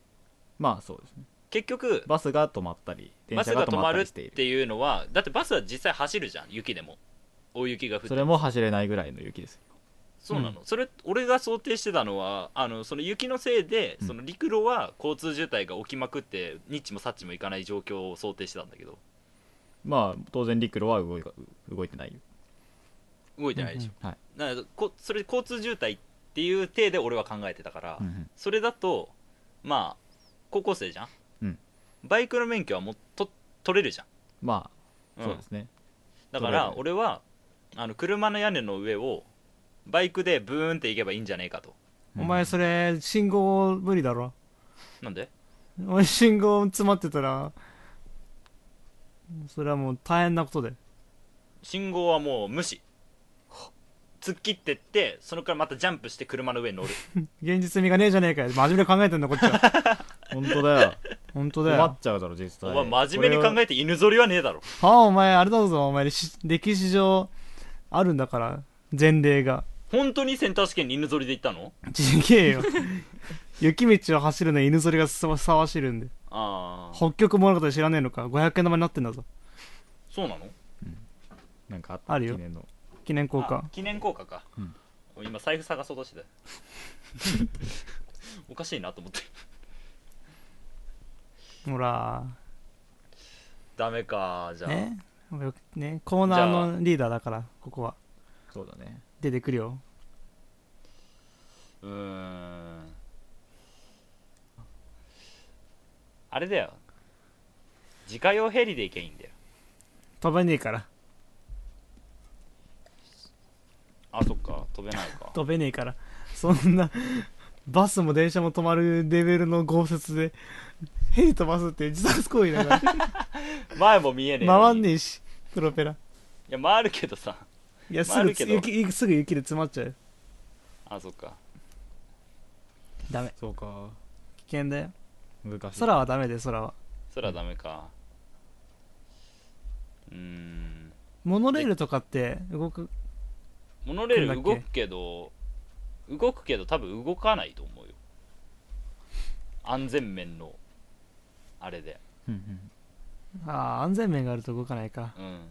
[SPEAKER 1] まあそうですね
[SPEAKER 3] 結局
[SPEAKER 1] バスが止まったり電
[SPEAKER 3] バス
[SPEAKER 1] 車
[SPEAKER 3] が
[SPEAKER 1] が止
[SPEAKER 3] 止
[SPEAKER 1] ま
[SPEAKER 3] ま
[SPEAKER 1] った
[SPEAKER 3] るっ
[SPEAKER 1] りしている
[SPEAKER 3] ていうのはだってバスは実際走るじゃん雪でも大雪が降って
[SPEAKER 1] それも走れないぐらいの雪です
[SPEAKER 3] そうなの、それ俺が想定してたのはあのその雪のせいで、
[SPEAKER 1] うん
[SPEAKER 3] その陸路は交通渋滞が起きまくってニッチもサッチもいかない状況を想定してたんだけど
[SPEAKER 1] まあ当然陸路は動い動いてないよ
[SPEAKER 3] 動いてないでしょ、
[SPEAKER 1] うんうんはい
[SPEAKER 3] なのでこそれ交通渋滞っていう体で俺は考えてたから、それだとまあ高校生じゃん、
[SPEAKER 1] うん
[SPEAKER 3] バイクの免許はもうと取れるじゃ
[SPEAKER 1] ま
[SPEAKER 3] ん、
[SPEAKER 1] あそうですね
[SPEAKER 3] だか
[SPEAKER 1] 取れ
[SPEAKER 3] ら
[SPEAKER 1] る
[SPEAKER 3] 俺はあの車の屋根の上をバイクでブーンって行けばいいんじゃねえかと
[SPEAKER 2] お前それ信号無理だろ
[SPEAKER 3] なんで
[SPEAKER 2] お前信号詰まってたらそれはもう大変なことで
[SPEAKER 3] 信号はもう無視突っ切ってってそのからまたジャンプして車の上に乗る
[SPEAKER 2] 現実味がねえじゃねえかよ真面目に考えてんだこっち
[SPEAKER 3] <laughs>
[SPEAKER 2] は
[SPEAKER 1] 本当だよ
[SPEAKER 2] 本当だよ
[SPEAKER 1] 困
[SPEAKER 2] は
[SPEAKER 1] っちゃうだろ実際
[SPEAKER 3] お前真面目に考えて犬ぞりはねえだろ
[SPEAKER 2] あお前あれだぞお前し歴史上あるんだから前例が
[SPEAKER 3] 本当にセンター試験に犬ぞりで行ったの
[SPEAKER 2] ちげ
[SPEAKER 3] <laughs>
[SPEAKER 2] えよ雪道を走るのに犬ぞりがふさわしるんで
[SPEAKER 3] ああ
[SPEAKER 2] 北極物語知らねえのか500円玉になってんだぞ
[SPEAKER 3] そうなの
[SPEAKER 1] なんかあった
[SPEAKER 2] あるよ
[SPEAKER 1] 記念の
[SPEAKER 2] 記念硬貨
[SPEAKER 3] あ記念硬貨か、
[SPEAKER 1] うん
[SPEAKER 3] 今財布探そうとし
[SPEAKER 1] <laughs>
[SPEAKER 3] てたおかしいなと思って
[SPEAKER 2] ほら
[SPEAKER 3] ダメかじゃあ、
[SPEAKER 2] ねよねコーナーのリーダーだからここは
[SPEAKER 1] そうだね
[SPEAKER 2] 出てくるよ
[SPEAKER 3] うーんあれだよ自家用ヘリで行けばいいんだよ
[SPEAKER 2] 飛べねえから
[SPEAKER 3] あそっか飛べないか
[SPEAKER 2] 飛べねえからそんなバスも電車も止まるレベルの豪雪でヘリ飛ばすって自殺行為だから
[SPEAKER 3] 前も見えねえ
[SPEAKER 2] 回ん
[SPEAKER 3] え
[SPEAKER 2] ねえしプロペラ
[SPEAKER 3] いや回るけどさ <laughs>
[SPEAKER 2] いやす
[SPEAKER 3] 回
[SPEAKER 2] ぐ
[SPEAKER 3] るけ
[SPEAKER 2] つ
[SPEAKER 3] ど
[SPEAKER 2] 雪すぐ雪で詰まっちゃうよ
[SPEAKER 3] あそっか
[SPEAKER 2] ダメ
[SPEAKER 1] そうか
[SPEAKER 2] 危険だよ
[SPEAKER 1] 難しい
[SPEAKER 2] 空はダメで空は
[SPEAKER 3] それはダメかうーん
[SPEAKER 2] モノレールとかって動く
[SPEAKER 3] モノレール
[SPEAKER 2] 来るんだっ
[SPEAKER 3] 動
[SPEAKER 2] け
[SPEAKER 3] くけど動くけど多分動かないと思うよ安全面のあれで
[SPEAKER 1] うんうん
[SPEAKER 2] ああ安全面があると動かないか <laughs>
[SPEAKER 3] うん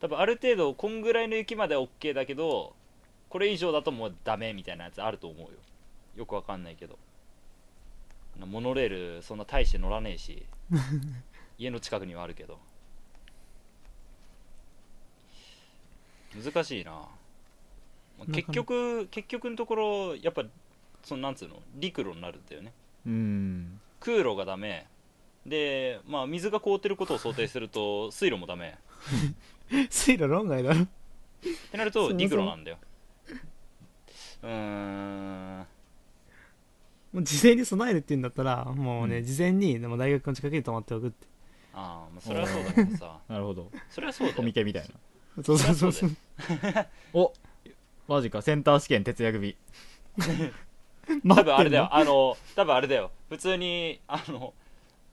[SPEAKER 3] 多分ある程度こんぐらいの雪までは OK だけどこれ以上だともうダメみたいなやつあると思うよよくわかんないけどモノレールそんな大して乗らね
[SPEAKER 2] <laughs>
[SPEAKER 3] えし家の近くにはあるけど難しいなまあ
[SPEAKER 2] なかなか
[SPEAKER 3] 結局結局のところやっぱそのなんつうの陸路になるんだよね
[SPEAKER 1] うん
[SPEAKER 3] 空路がダメでまあ水が凍ってることを想定すると水路もダメ
[SPEAKER 2] 水路論外だろ
[SPEAKER 3] ってなると
[SPEAKER 2] そうそう
[SPEAKER 3] 陸路なんだようーん
[SPEAKER 2] もう事前に備えるって言うんだったらもうね、
[SPEAKER 1] うん
[SPEAKER 2] 事前にでも大学の近くに泊まっておくって
[SPEAKER 3] ああまあそれはそうだけどさ
[SPEAKER 1] なるほど
[SPEAKER 3] それはそうだ
[SPEAKER 1] コミ
[SPEAKER 3] よ
[SPEAKER 1] ケみたいな
[SPEAKER 2] そうそうそうそ
[SPEAKER 3] そ
[SPEAKER 2] うう
[SPEAKER 1] おマジかセンター試験徹夜組
[SPEAKER 3] <laughs> 多分あれだよあの多分あれだよ普通にあの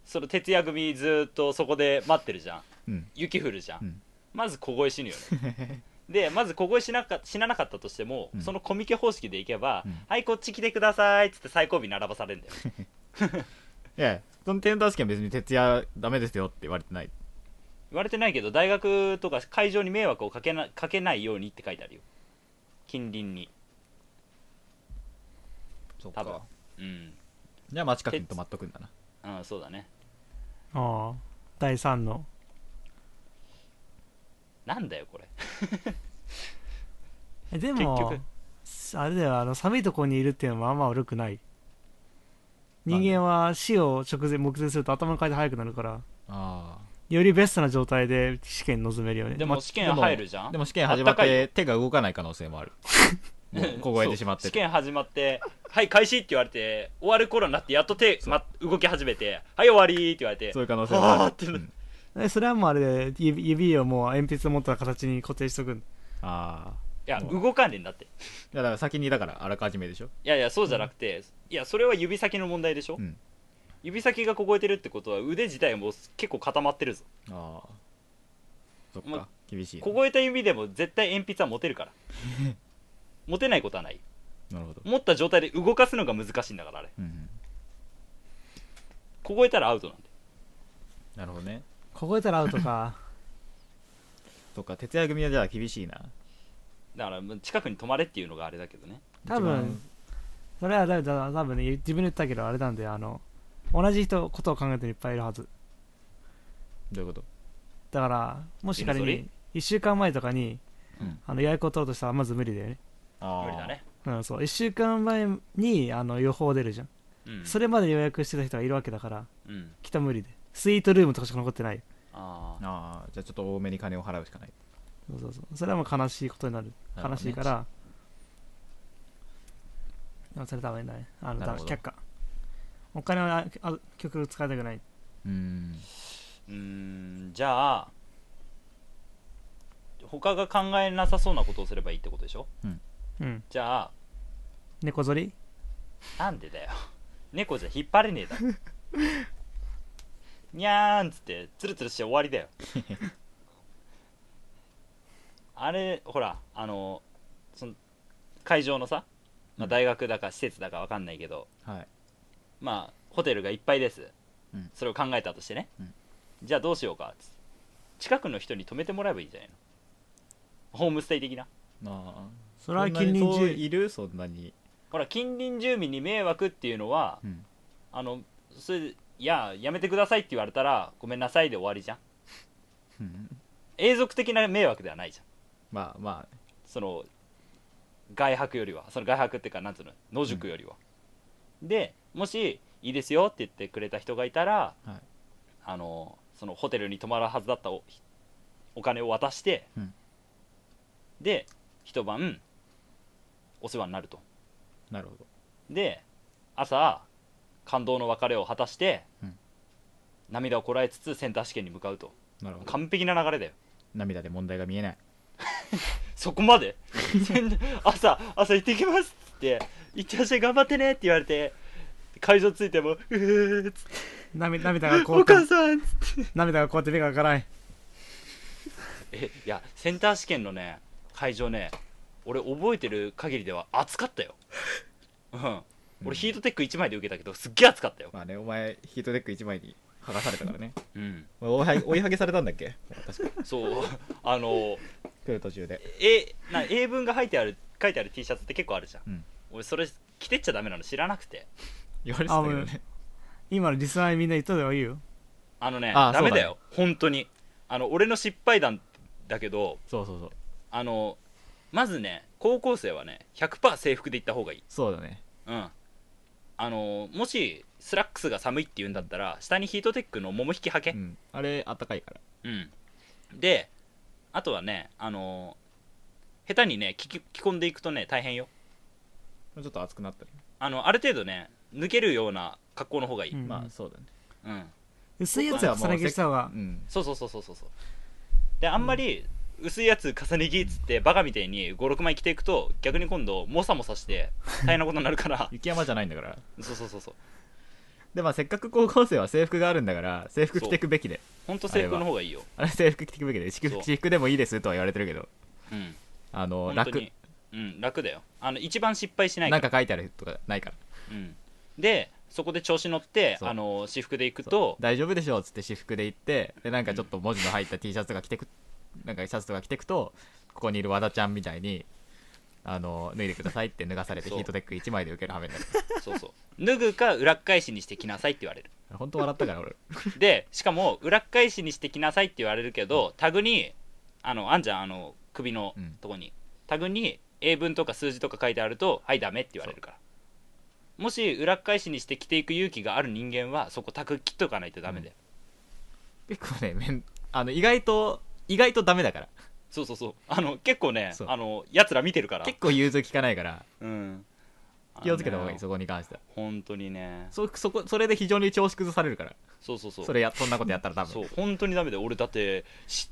[SPEAKER 3] その徹夜組ずっとそこで待ってるじゃん
[SPEAKER 1] うん
[SPEAKER 3] 雪降るじゃん、
[SPEAKER 1] うん
[SPEAKER 3] まず小声死ぬよね
[SPEAKER 1] <laughs>
[SPEAKER 3] でまず小声死なか死ななかったとしても、
[SPEAKER 1] うん
[SPEAKER 3] そのコミケ方式でいけば、
[SPEAKER 1] うん
[SPEAKER 3] はいこっち来てくださいっつって最後尾並ばされるんだよ
[SPEAKER 1] いやそのセンター試験別に徹夜ダメですよって言われてない
[SPEAKER 3] 言われてないけど大学とか会場に迷惑をかけなかけないようにって書いてあるよ近隣に
[SPEAKER 1] そう
[SPEAKER 3] 多分うん、
[SPEAKER 1] じゃあまあ近くに泊まっとくんだな
[SPEAKER 3] うん、そうだね
[SPEAKER 2] ああ第3の
[SPEAKER 3] なんだよこれ
[SPEAKER 2] えで
[SPEAKER 3] 結
[SPEAKER 2] もあれだよあの寒いところにいるっていうのもあんま悪くない人間は死を直前目前すると頭の回転速くなるから
[SPEAKER 1] あ
[SPEAKER 2] よりベストな状態で試験に臨めるよね
[SPEAKER 3] で
[SPEAKER 2] ま
[SPEAKER 3] も
[SPEAKER 2] あ
[SPEAKER 3] 試験入るじゃん <laughs>
[SPEAKER 1] でも試験始まっ
[SPEAKER 3] あったかい
[SPEAKER 1] て手が動かない可能性もあ
[SPEAKER 3] <laughs>
[SPEAKER 1] るもう凍えてしまっ
[SPEAKER 3] そ
[SPEAKER 1] て
[SPEAKER 3] う試験始まって「はい開始」って言われて終わる頃になってやっと手、ま、動き始めて「はい終わり」って言われて
[SPEAKER 1] そういう可能性もある
[SPEAKER 3] はあってな
[SPEAKER 1] うん
[SPEAKER 2] えそれはもうあれで指指をもう鉛筆持った形に固定しとくん
[SPEAKER 1] ああ
[SPEAKER 3] いや動かんねんだってい
[SPEAKER 1] いやだから先にだからあらかじめでしょ
[SPEAKER 3] やいやそうじゃなくて、いやそれは指先の問題でしょ、
[SPEAKER 1] うん
[SPEAKER 3] 指先が凍えてるってことは腕自体も結構固まってるぞ
[SPEAKER 1] ああそっ
[SPEAKER 3] ま
[SPEAKER 1] か厳しいな
[SPEAKER 3] 凍えた指でも絶対鉛筆は持てるから <laughs> 持てないことはない
[SPEAKER 1] なるほど
[SPEAKER 3] 持った状態で動かすのが難しいんだからあれ
[SPEAKER 1] うんうん
[SPEAKER 3] 凍えたらアウトなんで
[SPEAKER 1] なるほどね
[SPEAKER 2] 凍えたらアウト
[SPEAKER 3] <laughs>
[SPEAKER 2] か
[SPEAKER 1] そっか徹夜組はじゃあ厳しいな
[SPEAKER 3] だからもう近くに泊まれっていうのがあれだけどね
[SPEAKER 2] 多分それはだだ多分ね自分で言ったけどあれなんであの同じ人ことを考えてる人いっぱいいるはず
[SPEAKER 1] どういうこと
[SPEAKER 2] だからもし仮
[SPEAKER 3] 犬ぞ
[SPEAKER 2] に1週間前とかに、
[SPEAKER 1] うん
[SPEAKER 2] あの予約を取ろうとしたらまず無理だよね
[SPEAKER 1] ああ
[SPEAKER 3] 無理だね
[SPEAKER 2] うんそう1週間前にあの予報出るじゃん、
[SPEAKER 3] うん
[SPEAKER 2] それまで予約してた人がいるわけだから
[SPEAKER 3] うん
[SPEAKER 2] きっと無理でスイートルームとかしか残ってない
[SPEAKER 3] ああ
[SPEAKER 1] ああじゃあちょっと多めに金を払うしかない
[SPEAKER 2] そうそうそうそれはもう悲しいことになる
[SPEAKER 1] なるほどね
[SPEAKER 2] 悲しいから、でもそれダメだねあの
[SPEAKER 1] な
[SPEAKER 2] だ
[SPEAKER 1] る
[SPEAKER 2] め
[SPEAKER 1] ほど
[SPEAKER 2] 却下お金はああ極力使いたくないう
[SPEAKER 1] ーん
[SPEAKER 3] うーんじゃあ他が考えなさそうなことをすればいいってことでしょ
[SPEAKER 2] うん
[SPEAKER 3] じゃあ
[SPEAKER 2] 猫ぞり
[SPEAKER 3] なんでだよ <laughs> 猫じゃ引っ張れねえだろ <laughs> にゃーんっつってツルツルして終わり
[SPEAKER 1] <laughs>
[SPEAKER 3] だよあれほらあのその会場のさ、ま
[SPEAKER 1] う
[SPEAKER 3] あ、
[SPEAKER 1] ん
[SPEAKER 3] 大学だか施設だかわかんないけど、
[SPEAKER 1] はい
[SPEAKER 3] まあホテルがいっぱいです、
[SPEAKER 1] うん
[SPEAKER 3] それを考えたとしてね、
[SPEAKER 1] うん
[SPEAKER 3] じゃあどうしようかっつって近くの人に泊めてもらえばいいんじゃないのホームステイ的な
[SPEAKER 1] ああ
[SPEAKER 2] それは近隣
[SPEAKER 1] そんなにそう
[SPEAKER 2] 中
[SPEAKER 1] いるそんなに
[SPEAKER 3] ほら近隣住民に迷惑っていうのは、
[SPEAKER 1] うん
[SPEAKER 3] あのそれいややめてくださいって言われたらごめんなさいで終わりじゃん
[SPEAKER 1] うん
[SPEAKER 3] 永続的な迷惑ではないじゃん
[SPEAKER 1] まあまあ
[SPEAKER 3] その外泊よりはその外泊っていうかなんつうの野宿よりは、でもしいいですよって言ってくれた人がいたら、
[SPEAKER 1] はい
[SPEAKER 3] あのそのホテルに泊まるはずだったおお金を渡して、
[SPEAKER 1] うん
[SPEAKER 3] で一晩お世話になると
[SPEAKER 1] なるほど
[SPEAKER 3] で朝感動の別れを果たして、
[SPEAKER 1] うん
[SPEAKER 3] 涙をこらえつつセンター試験に向かうと
[SPEAKER 1] なるほど
[SPEAKER 3] 完璧な流れだよ
[SPEAKER 1] 涙で問題が見えない
[SPEAKER 3] そこまで <laughs> 朝朝行ってきますっつって行ってらっしゃい頑張ってねって言われて会場着いてもうーっつって
[SPEAKER 2] 涙涙
[SPEAKER 1] <laughs>
[SPEAKER 2] がこう
[SPEAKER 3] お
[SPEAKER 2] って
[SPEAKER 3] 母さんっつって
[SPEAKER 2] 涙がこうやって目が開かない
[SPEAKER 3] えいやセンター試験のね会場ね俺覚えてる限りでは暑かったようん
[SPEAKER 1] うん
[SPEAKER 3] 俺ヒートテック1枚で受けたけどすっげえ暑かったよ
[SPEAKER 1] まあねお前ヒートデック1枚に剥がされたからね <laughs>
[SPEAKER 3] うん
[SPEAKER 1] 追いは追いはげされたんだっけ確か
[SPEAKER 3] そうあの
[SPEAKER 1] 来る途中で
[SPEAKER 3] えな英文が書いてある書いてある T シャツって結構あるじゃん、
[SPEAKER 1] うん
[SPEAKER 3] 俺それ着てっちゃダメなの知らなくて
[SPEAKER 1] 言われてたけどね
[SPEAKER 2] 今のリスナーみんな言ったではいいよ
[SPEAKER 3] あのね
[SPEAKER 1] あー
[SPEAKER 3] ダメだ
[SPEAKER 1] そ
[SPEAKER 3] よ本当にあの俺の失敗談だけど
[SPEAKER 1] そうそうそう
[SPEAKER 3] あのまずね高校生はね100%制服で行った方がいい
[SPEAKER 1] そうだね
[SPEAKER 3] うんあのもしスラックスが寒いって言うんだったら下にヒートテックの桃引きはけ
[SPEAKER 1] うんあれあったかいから
[SPEAKER 3] うん、であとはねあの下手にね着き着込んでいくとね大変よ
[SPEAKER 1] ちょっと熱くなったり
[SPEAKER 3] あのある程度ね抜けるような格好の方がいい、
[SPEAKER 2] うん
[SPEAKER 1] まあそうだね
[SPEAKER 3] うん、
[SPEAKER 2] 薄いやつは重ね着した方
[SPEAKER 1] う
[SPEAKER 2] が
[SPEAKER 1] ん
[SPEAKER 3] そうそうそうそうそうそうであんまり薄いやつ重ね着っつってバカみたいに56枚着ていくと逆に今度モサモサして大変なことになるから
[SPEAKER 1] <laughs> 雪山じゃないんだから
[SPEAKER 3] そうそうそうそう
[SPEAKER 1] でまあせっかく高校生は制服があるんだから制服着てくべきで
[SPEAKER 3] ほんと制服の方がいいよ、
[SPEAKER 1] あれ制服着てくべきで私服
[SPEAKER 3] そう
[SPEAKER 1] 私服でもいいですとは言われてるけど
[SPEAKER 3] うん、
[SPEAKER 1] あの
[SPEAKER 3] 本当
[SPEAKER 1] 楽
[SPEAKER 3] にうん楽だよあの一番失敗しないか
[SPEAKER 1] な
[SPEAKER 3] ら
[SPEAKER 1] んか書いてあるとかないから
[SPEAKER 3] うん、でそこで調子乗って
[SPEAKER 1] そう
[SPEAKER 3] あの私服で行くと
[SPEAKER 1] 大丈夫でしょうっつって私服で行ってでなんかちょっと文字の入った T シャツが着てく <laughs> なんかシャツとか着てくとここにいる和田ちゃんみたいにあの脱いでくださいって脱がされて
[SPEAKER 3] そ
[SPEAKER 1] ヒ
[SPEAKER 3] う
[SPEAKER 1] ートテック1枚で受ける羽目になる
[SPEAKER 3] そうそう脱ぐか裏っ返しにしてきなさいって言われる
[SPEAKER 1] 本当笑ったから俺
[SPEAKER 3] でしかも裏っ返しにしてきなさいって言われるけどタグにあのあんじゃんあの首の
[SPEAKER 1] うん
[SPEAKER 3] とこに、タグに英文とか数字とか書いてあるとはいダメって言われるからもし裏っ返しにして着ていく勇気がある人間はそこタグ切っとかないとダメだよ、
[SPEAKER 1] 結構ねめんあの意外と意外とダメだから
[SPEAKER 3] そうそうそうあの結構ね
[SPEAKER 1] そう
[SPEAKER 3] あのやつら見てるから
[SPEAKER 1] 結構融通きかないから
[SPEAKER 3] うん
[SPEAKER 1] 気をつけた方がいい
[SPEAKER 3] そ
[SPEAKER 1] そ
[SPEAKER 3] う
[SPEAKER 1] こに関しては
[SPEAKER 3] 本当にね
[SPEAKER 1] そそこそれで非常に調子崩されるから
[SPEAKER 3] そうそうそう
[SPEAKER 1] それやそんなことやったら多
[SPEAKER 3] そう
[SPEAKER 1] 分
[SPEAKER 3] 本当にダメだよ俺だってし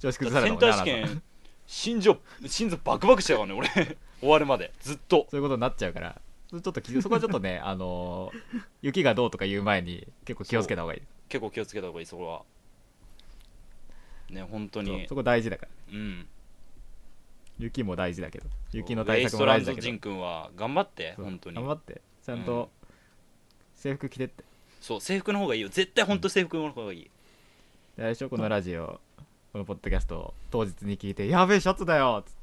[SPEAKER 1] 調子
[SPEAKER 3] セン
[SPEAKER 1] 崩される
[SPEAKER 3] タ
[SPEAKER 1] と
[SPEAKER 3] ー
[SPEAKER 1] 思う
[SPEAKER 3] 試
[SPEAKER 1] なあなた
[SPEAKER 3] 験心臓心臓バクバクしちゃうからね俺 <laughs> 終わるまでずっと
[SPEAKER 1] そういうことになっちゃうからそれちょっと気そこはちょっと
[SPEAKER 3] <laughs>
[SPEAKER 1] ねあのー雪がどうとか言う前に結構気をつけた方がいい
[SPEAKER 3] 結構気をつけた方がいいそこはね本当
[SPEAKER 1] そう
[SPEAKER 3] に
[SPEAKER 1] そこ大事だから
[SPEAKER 3] うん
[SPEAKER 1] 雪も大事だけど雪の
[SPEAKER 3] ウ
[SPEAKER 1] 対
[SPEAKER 3] エス
[SPEAKER 1] 策も
[SPEAKER 3] トラ
[SPEAKER 1] 大
[SPEAKER 3] ン
[SPEAKER 1] 事だ
[SPEAKER 3] ド
[SPEAKER 1] け
[SPEAKER 3] ジ
[SPEAKER 1] ど
[SPEAKER 3] ン君は頑張って
[SPEAKER 1] そう
[SPEAKER 3] 本当に
[SPEAKER 1] 頑張ってちゃんと制服着てって
[SPEAKER 3] そう制服の方がいいよ絶対本当制服の方がいい、 <laughs>
[SPEAKER 1] であれでしょこのラジオこのポッドキャストを当日に聞いて「やべえシャツだよ」つっ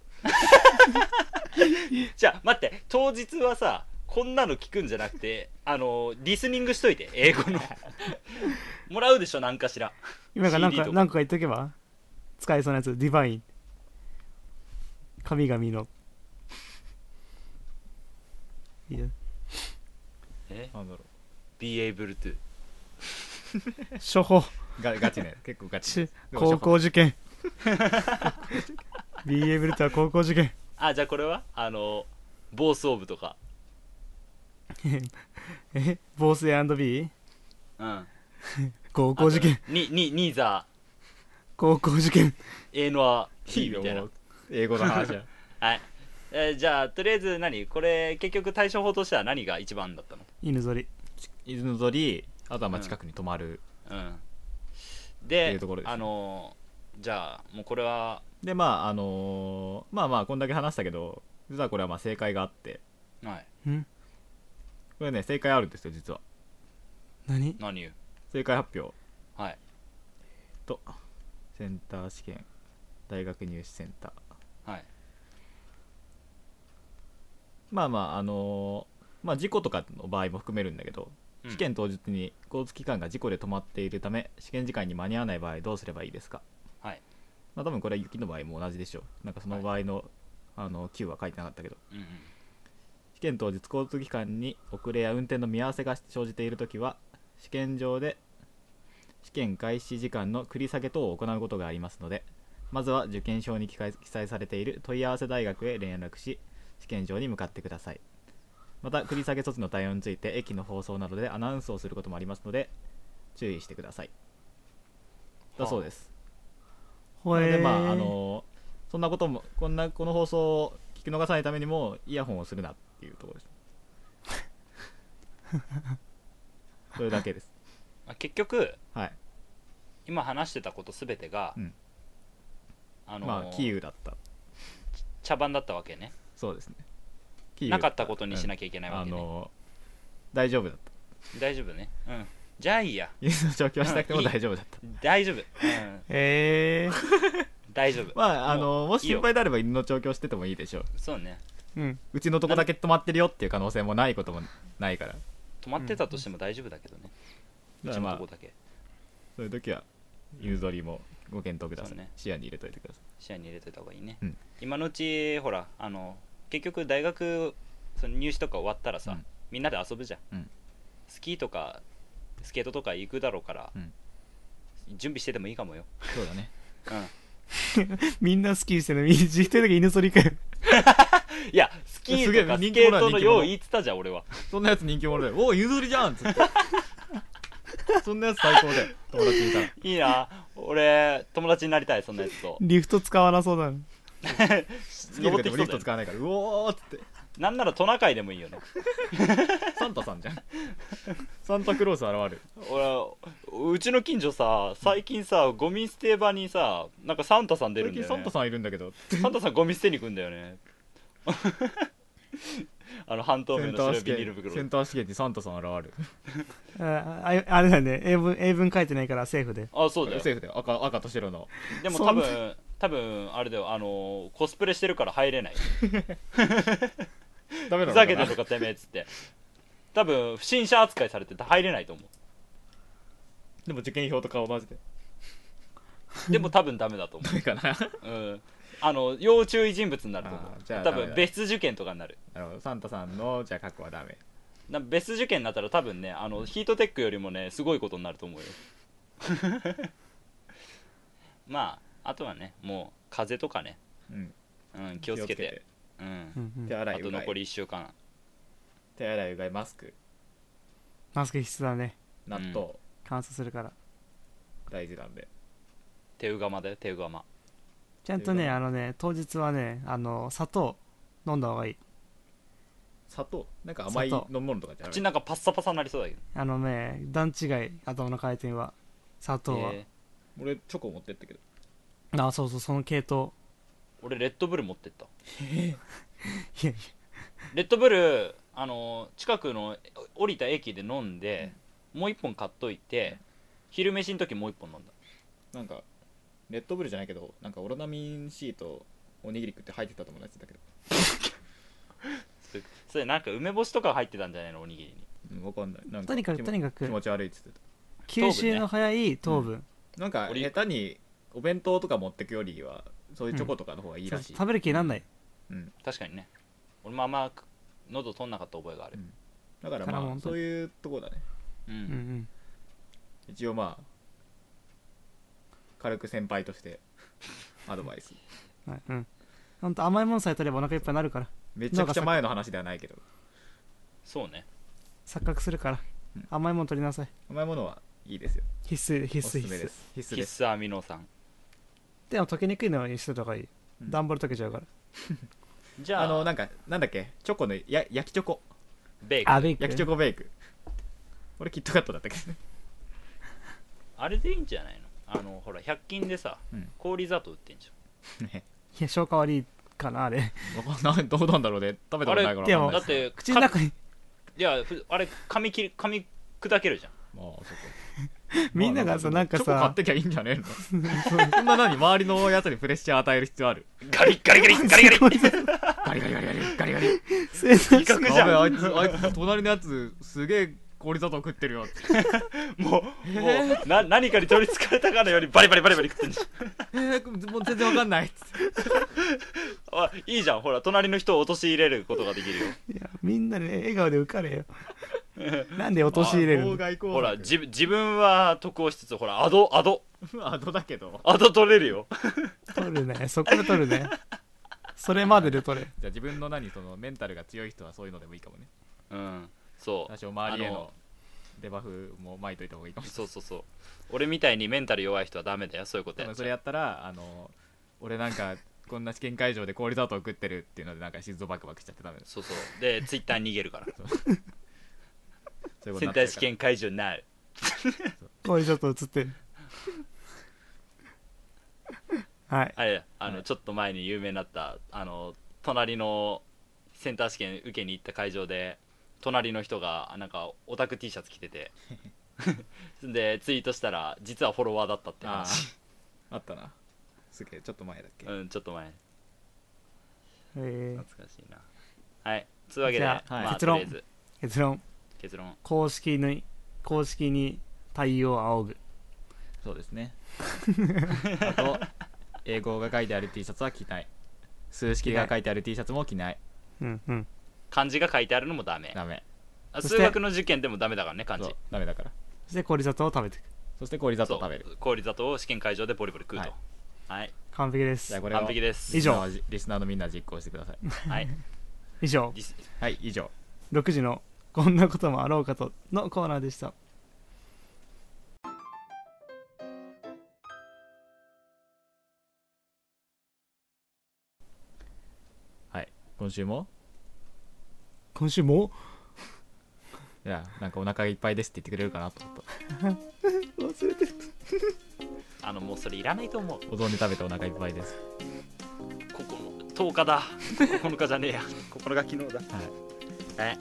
[SPEAKER 1] て
[SPEAKER 3] じゃあ待って当日はさこんなの聞くんじゃなくて <laughs> あのリスニングしといて英語の <laughs> もらうでしょ何かしら
[SPEAKER 2] 今からなん
[SPEAKER 3] CD
[SPEAKER 2] か
[SPEAKER 3] とか
[SPEAKER 2] なんか言っとけば使えそうなやつディバイン神々のいいよ
[SPEAKER 3] え
[SPEAKER 1] なんだろ
[SPEAKER 3] Be able to
[SPEAKER 2] 処方
[SPEAKER 1] うガガチ
[SPEAKER 3] <laughs>
[SPEAKER 1] ね結構ガチ
[SPEAKER 2] 中高校受験 BA ブルトは高校受験
[SPEAKER 3] あじゃあこれはあの暴走部とか
[SPEAKER 2] え防水 &B
[SPEAKER 3] うん
[SPEAKER 2] 高校受験
[SPEAKER 3] ににニーザ
[SPEAKER 2] 高校受験
[SPEAKER 3] ーエーノア
[SPEAKER 1] い
[SPEAKER 3] い
[SPEAKER 1] い
[SPEAKER 3] い
[SPEAKER 1] よ
[SPEAKER 3] みたいな
[SPEAKER 1] もう英語の話
[SPEAKER 3] <laughs>
[SPEAKER 1] は
[SPEAKER 3] はい、えーじゃあとりあえず何これ結局対処法としては何が一番だったの
[SPEAKER 2] 犬ぞり
[SPEAKER 1] 伊豆の鳥あとはまあ近くに泊まる、
[SPEAKER 3] うん
[SPEAKER 1] ってい
[SPEAKER 3] で
[SPEAKER 1] うところですね
[SPEAKER 3] あのーじゃあもうこれは
[SPEAKER 1] でまああのーまあまあこんだけ話したけど実はこれはまあ正解があって
[SPEAKER 3] はい
[SPEAKER 2] ん
[SPEAKER 1] これね正解あるんですよ実は
[SPEAKER 2] 何
[SPEAKER 3] 何言う
[SPEAKER 1] 正解発表
[SPEAKER 3] はい
[SPEAKER 1] とセンター試験大学入試センター
[SPEAKER 3] はい
[SPEAKER 1] まあまああのーまあ事故とかの場合も含めるんだけど
[SPEAKER 3] うん
[SPEAKER 1] 試験当日に交通機関が事故で止まっているため試験時間に間に合わない場合どうすればいいですか
[SPEAKER 3] はい
[SPEAKER 1] まあ多分これは雪の場合も同じでしょうなんかその場合の,、あの Q は書いてなかったけど
[SPEAKER 3] うんうん
[SPEAKER 1] 試験当日交通機関に遅れや運転の見合わせが生じているときは試験場で試験開始時間の繰り下げ等を行うことがありますのでまずは受験証に記載記載されている問い合わせ大学へ連絡し試験場に向かってくださいまた繰り下げ措置の対応について駅の放送などでアナウンスをすることもありますので注意してくださいだそうです
[SPEAKER 2] ほ
[SPEAKER 1] なの
[SPEAKER 2] え
[SPEAKER 1] で
[SPEAKER 2] ー
[SPEAKER 1] まああのそんなこともこんなこの放送を聞き逃さないためにもイヤホンをするなっていうところです
[SPEAKER 3] <laughs>
[SPEAKER 1] それだけです
[SPEAKER 3] まあ結局
[SPEAKER 1] はい
[SPEAKER 3] 今話してたことすべてが、
[SPEAKER 1] うん
[SPEAKER 3] あのー
[SPEAKER 1] まあキーウだった
[SPEAKER 3] 茶番だったわけね
[SPEAKER 1] そうですねキーウ
[SPEAKER 3] なかったことにしなきゃいけない
[SPEAKER 1] あ
[SPEAKER 3] わけね、
[SPEAKER 1] の大丈夫だった
[SPEAKER 3] 大丈夫ねうんじゃあいいや
[SPEAKER 1] ユースの調教はしなくても
[SPEAKER 3] うんいい
[SPEAKER 1] 大丈夫だった
[SPEAKER 3] 大丈夫、うん、
[SPEAKER 2] え
[SPEAKER 3] 大丈夫
[SPEAKER 1] まああ
[SPEAKER 3] も
[SPEAKER 1] のもし心配であれば犬の調教しててもいいでしょう
[SPEAKER 3] うそうね
[SPEAKER 2] ー、うん。
[SPEAKER 1] うちのとこだけ止まってるよっていう可能性もないこともないから
[SPEAKER 3] 止まってたとしても大丈夫だけどね、う
[SPEAKER 1] だから
[SPEAKER 3] ち
[SPEAKER 1] ま
[SPEAKER 3] の
[SPEAKER 1] あ
[SPEAKER 3] とこだけ
[SPEAKER 1] そういう時は犬ぞりもご検討くださ
[SPEAKER 3] そう
[SPEAKER 1] い、
[SPEAKER 3] ね
[SPEAKER 1] 視野に入れといてくださ
[SPEAKER 3] 視野に入れてた方がいいね、
[SPEAKER 1] うん
[SPEAKER 3] 今のうちほらあの結局大学その入試とか終わったらさ、
[SPEAKER 1] うん
[SPEAKER 3] みんなで遊ぶじゃん、
[SPEAKER 1] うん
[SPEAKER 3] スキーとかスケートとか行くだろうから、
[SPEAKER 1] うん
[SPEAKER 3] 準備しててもいいかもよ、
[SPEAKER 1] いそうだね
[SPEAKER 3] うん、 <laughs>
[SPEAKER 2] みんな好きしてるの。みんな一人だけ犬剃りかよ。
[SPEAKER 3] いやスキー
[SPEAKER 1] すげえ
[SPEAKER 3] とか
[SPEAKER 1] 人気
[SPEAKER 3] スケ
[SPEAKER 1] 者だ
[SPEAKER 3] ート
[SPEAKER 1] 人
[SPEAKER 3] の
[SPEAKER 1] 気者
[SPEAKER 3] よう言ってたじゃん俺は
[SPEAKER 1] そんなやつ人気者だよ。おお、ゆずりじゃんっ
[SPEAKER 3] <laughs>
[SPEAKER 1] つって。そんなやつ最高だよ。友達にいたら。
[SPEAKER 3] いいな俺友達になりたいそんなやつと
[SPEAKER 2] リフト使わなそうだな。
[SPEAKER 1] <laughs> スキーと
[SPEAKER 3] 登
[SPEAKER 1] か
[SPEAKER 3] っ
[SPEAKER 1] で
[SPEAKER 3] て
[SPEAKER 1] も
[SPEAKER 3] き
[SPEAKER 1] リフ
[SPEAKER 3] そうだ
[SPEAKER 1] ト
[SPEAKER 3] よ
[SPEAKER 1] 使わないから、うおーっつって。
[SPEAKER 3] なんならトナカイでもいいよね
[SPEAKER 1] サンタさんじゃ
[SPEAKER 3] <laughs>
[SPEAKER 1] ん。サンタクロース現
[SPEAKER 3] 俺うちの近所さ最近さゴミ捨て場にさなんかサンタさん出
[SPEAKER 1] れ
[SPEAKER 3] る
[SPEAKER 1] る。
[SPEAKER 3] ん
[SPEAKER 1] 最近
[SPEAKER 3] だよ、
[SPEAKER 1] サン
[SPEAKER 3] ね、
[SPEAKER 1] タさんいるんだけど、
[SPEAKER 3] <laughs> サンタさんゴミ捨てに行くんだよね <laughs> あの半透
[SPEAKER 1] セ
[SPEAKER 3] 明
[SPEAKER 1] ン
[SPEAKER 3] の
[SPEAKER 1] ター
[SPEAKER 3] 白
[SPEAKER 1] 試
[SPEAKER 3] いビニー
[SPEAKER 1] 験、
[SPEAKER 3] ル
[SPEAKER 1] セ
[SPEAKER 3] 袋
[SPEAKER 1] ンター試験にサンタさん現れる。
[SPEAKER 2] あああれだね英文、英文書いてないからセーフで。
[SPEAKER 3] あそうだよ
[SPEAKER 1] セーフだよ。赤赤と白の。
[SPEAKER 3] でも
[SPEAKER 2] そん
[SPEAKER 3] 多分多分あれだよあのコスプレしてるから入れない
[SPEAKER 1] ダメなのか
[SPEAKER 3] ふざ
[SPEAKER 1] な
[SPEAKER 3] けてるのかてめえっつって多分不審者扱いされてて入れないと思
[SPEAKER 1] <laughs> でも受験票と顔同じで。
[SPEAKER 3] うでも多分ダメだと思
[SPEAKER 1] ダメかな。
[SPEAKER 3] う、うん、あの要注意人物になると思
[SPEAKER 1] あーじゃあ
[SPEAKER 3] う多
[SPEAKER 1] ダメ
[SPEAKER 3] 分
[SPEAKER 1] だ
[SPEAKER 3] 別受験とかになる
[SPEAKER 1] なるほど。サンタさんの、じゃあ過去はダメ。
[SPEAKER 3] な別受験になったら多分ねあのヒートテックよりもねすごいことになる
[SPEAKER 1] <laughs>
[SPEAKER 3] と思うよまああとはねもう風邪とかね、
[SPEAKER 1] うん。
[SPEAKER 3] うん、気をつけてう、
[SPEAKER 2] うんんうん
[SPEAKER 1] 手洗
[SPEAKER 3] あ
[SPEAKER 1] い
[SPEAKER 3] と
[SPEAKER 1] うが
[SPEAKER 3] 残
[SPEAKER 1] い。
[SPEAKER 3] り1週間
[SPEAKER 1] 手洗いうがい、マスク、
[SPEAKER 2] マスク必須だね。
[SPEAKER 1] 納豆、
[SPEAKER 2] 乾燥するから。
[SPEAKER 1] 大事なんで。
[SPEAKER 3] 手うがまだよ手うがま
[SPEAKER 2] ちゃんとね、
[SPEAKER 1] 手
[SPEAKER 2] あのね、当日はね、あの、砂糖飲んだ方がいい。
[SPEAKER 1] 砂糖なんか甘い飲
[SPEAKER 2] 砂糖
[SPEAKER 1] み物とかじゃな
[SPEAKER 3] 口
[SPEAKER 1] い
[SPEAKER 3] の中パッサパサになりそうだけど
[SPEAKER 2] あのね、段違い、頭の回転は。砂糖は。
[SPEAKER 3] えー
[SPEAKER 1] 俺、チョコ持ってったけど。
[SPEAKER 2] あ、そうそう、その系統。
[SPEAKER 3] 俺レッドブル持ってった
[SPEAKER 2] いやい
[SPEAKER 3] レッドブルあの近くのお降りた駅で飲んで、もう1本買っといて昼飯の時もう1本飲んだ
[SPEAKER 1] なんかレッドブルじゃないけどなんかオロナミン C とおにぎり食って入ってた友達だけど、
[SPEAKER 3] それそれなんか梅干しとか入ってたんじゃないのおにぎりに
[SPEAKER 1] うん、わかんないなん
[SPEAKER 2] や。
[SPEAKER 1] か
[SPEAKER 2] とにかく、
[SPEAKER 1] 気
[SPEAKER 2] と
[SPEAKER 1] 持
[SPEAKER 2] にか
[SPEAKER 1] 気持
[SPEAKER 2] く、
[SPEAKER 1] ち悪いっつってた
[SPEAKER 2] 吸収の早い糖分。
[SPEAKER 1] なんか
[SPEAKER 3] 俺
[SPEAKER 1] 下手にお弁当とか持ってくよりはそういうチョコとかの方がいい
[SPEAKER 2] そう
[SPEAKER 1] らしい、
[SPEAKER 2] 食べる気になんない。
[SPEAKER 1] うん
[SPEAKER 3] 確かにね俺もあんま喉取んなかった覚えがある
[SPEAKER 1] だから
[SPEAKER 2] から
[SPEAKER 1] ま
[SPEAKER 2] も
[SPEAKER 1] あ
[SPEAKER 2] う
[SPEAKER 1] そういうとこだね
[SPEAKER 3] うん、
[SPEAKER 2] うんうん。
[SPEAKER 1] 一応まあ軽く先輩としてアドバイス
[SPEAKER 2] はい、うん。ほんと甘いものさえ取ればお腹いっぱいになるから。
[SPEAKER 1] めちゃくちゃ前の話ではないけど
[SPEAKER 3] そうね
[SPEAKER 2] 錯覚するから
[SPEAKER 1] うん。
[SPEAKER 2] 甘いもの取りなさい。
[SPEAKER 1] 甘いものはいいですよ
[SPEAKER 2] 必須、必
[SPEAKER 1] おすす
[SPEAKER 2] 須、必
[SPEAKER 1] めで
[SPEAKER 2] 須。
[SPEAKER 1] す必須
[SPEAKER 3] 必
[SPEAKER 1] です
[SPEAKER 3] 須アミノ酸
[SPEAKER 2] でも溶けにくいのにしてた方がいい。
[SPEAKER 1] うん
[SPEAKER 2] 段ボール溶けちゃうから。
[SPEAKER 3] じゃあ
[SPEAKER 1] あのなんかなんだっけチョコのや焼きチョコ
[SPEAKER 3] ベーコンあ
[SPEAKER 2] ベイク
[SPEAKER 1] 焼きチョコベイク俺キットカットだったけどね
[SPEAKER 3] れでいいんじゃないのあのほら100均でさ、
[SPEAKER 1] うん
[SPEAKER 3] 氷砂糖売ってんじ
[SPEAKER 1] ね <laughs>
[SPEAKER 2] いや、消化悪いかな、あれ。
[SPEAKER 1] わかんないどうなんだろうね食べたことないから
[SPEAKER 2] あれ
[SPEAKER 1] わ
[SPEAKER 3] ゃ
[SPEAKER 1] か
[SPEAKER 3] ん
[SPEAKER 1] ん
[SPEAKER 3] だ
[SPEAKER 1] ない
[SPEAKER 3] っ
[SPEAKER 1] です
[SPEAKER 3] て
[SPEAKER 2] 口の中に、
[SPEAKER 3] いやふあれ噛み切り噛み砕けるじゃん
[SPEAKER 1] まあそこ
[SPEAKER 2] <laughs> みんながさ、なんか
[SPEAKER 1] チョコ買っ
[SPEAKER 2] さ、
[SPEAKER 1] てきゃいいんじゃねえの <laughs> そんな何周りのやつにプレッシャー与える必要ある
[SPEAKER 3] ガリッガリガリガリガリ
[SPEAKER 1] ガリガリガリガリガリガリ
[SPEAKER 2] 生産
[SPEAKER 3] 威嚇
[SPEAKER 1] や
[SPEAKER 2] <laughs>
[SPEAKER 3] じゃん
[SPEAKER 1] べえあいつあいつ隣のやつすげえ氷砂糖食ってるよ <laughs> って
[SPEAKER 3] もうもうな何かに取りつかれたかのようにバリバリバリバリ食ってんじ
[SPEAKER 1] えーもう全然わかんないっつって
[SPEAKER 3] ゃんあいいじゃんほら隣の人を陥れることができるよ
[SPEAKER 2] <laughs> いやみんなで、ね、笑顔で浮かれよなんで陥れる
[SPEAKER 1] 妨
[SPEAKER 2] の
[SPEAKER 1] 害工作
[SPEAKER 3] ほ
[SPEAKER 1] <laughs>
[SPEAKER 3] らじ自分は得をしつつほらアドアド
[SPEAKER 1] アドだけど <laughs>
[SPEAKER 3] アド取れるよ
[SPEAKER 2] 取るねそこで取るねそれまでで取れ
[SPEAKER 1] じゃあ自分の何そのメンタルが強い人はそういうのでもいいかもね
[SPEAKER 3] うんそう
[SPEAKER 1] 多少周りへ
[SPEAKER 3] あ
[SPEAKER 1] のデバフも巻いといた方がいいかもし
[SPEAKER 3] そうそうそう俺みたいにメンタル弱い人はダメだよそういうこと
[SPEAKER 1] れ
[SPEAKER 3] や
[SPEAKER 1] ない
[SPEAKER 3] っ
[SPEAKER 1] そ
[SPEAKER 3] ち
[SPEAKER 1] れ
[SPEAKER 3] ゃ
[SPEAKER 1] や
[SPEAKER 3] う
[SPEAKER 1] ったらあの俺なんかこんな試験会場で氷砂糖食ってるっていうのでなんか心臓バクバクしちゃってダメです
[SPEAKER 3] そうそうでツイッター逃げるから
[SPEAKER 1] そういうことにな
[SPEAKER 3] セン
[SPEAKER 1] っ
[SPEAKER 3] タ
[SPEAKER 1] ちゃ
[SPEAKER 3] ー
[SPEAKER 1] う
[SPEAKER 3] 試
[SPEAKER 1] から
[SPEAKER 3] 験会場になる
[SPEAKER 2] これちょっと映ってるはい
[SPEAKER 3] あれだあの、
[SPEAKER 1] はい
[SPEAKER 3] ちょっと前に有名になったあの隣のセンター試験受けに行った会場で隣の人がなんかオタク T シャツ着
[SPEAKER 1] <laughs>
[SPEAKER 3] ててでツイートしたら実はフォロワーだったって
[SPEAKER 1] あ
[SPEAKER 3] 話
[SPEAKER 1] ああったなすげえちょっと前だっけ、
[SPEAKER 3] うんちょっと前
[SPEAKER 2] えー
[SPEAKER 3] 懐かしいなはいつうわけで、
[SPEAKER 2] じゃ
[SPEAKER 1] あ
[SPEAKER 3] ま
[SPEAKER 1] はい
[SPEAKER 3] あ、
[SPEAKER 2] 結
[SPEAKER 3] と
[SPEAKER 2] 論
[SPEAKER 3] りあえず
[SPEAKER 2] 結論
[SPEAKER 3] 結論
[SPEAKER 2] 公式に公式に太陽を仰ぐ
[SPEAKER 1] そうですね <laughs> あと英語が書いてある T シャツは着ない数式が書いてある T シャツも着ない
[SPEAKER 2] うんうん
[SPEAKER 3] 漢字が書いてあるのもダメ
[SPEAKER 1] ダメ
[SPEAKER 3] あ
[SPEAKER 2] そして
[SPEAKER 3] 数学の受験でもダメだからね漢
[SPEAKER 1] そ
[SPEAKER 3] 字
[SPEAKER 1] うダメだから
[SPEAKER 2] そして氷砂糖を食べていく
[SPEAKER 1] そして氷砂
[SPEAKER 3] そ
[SPEAKER 1] 糖
[SPEAKER 3] う
[SPEAKER 1] 食べる
[SPEAKER 3] 氷砂糖を試験会場でボリボリ食う
[SPEAKER 1] は
[SPEAKER 3] と
[SPEAKER 1] い
[SPEAKER 3] はい、
[SPEAKER 2] 完璧で
[SPEAKER 1] じゃ
[SPEAKER 2] す
[SPEAKER 1] あこれを
[SPEAKER 3] 完璧です
[SPEAKER 2] 以上
[SPEAKER 1] リスナーはリスナーのみんな実行してくだ
[SPEAKER 3] <laughs>
[SPEAKER 1] さい
[SPEAKER 3] はい
[SPEAKER 2] 以上
[SPEAKER 3] リス
[SPEAKER 1] はい以上
[SPEAKER 2] 6時の「こんなこともあろうかと」のコーナーでした
[SPEAKER 1] 今週も
[SPEAKER 2] 今週も
[SPEAKER 1] いやなんかお腹がいっぱいですって言ってくれるかなと思った
[SPEAKER 2] 忘れてる
[SPEAKER 3] <laughs> あのもうそれいらないと思う
[SPEAKER 1] お雑煮食べてお腹いっぱいです
[SPEAKER 3] ここの10日だ9日じゃねえや9日昨日だ
[SPEAKER 1] はい
[SPEAKER 3] え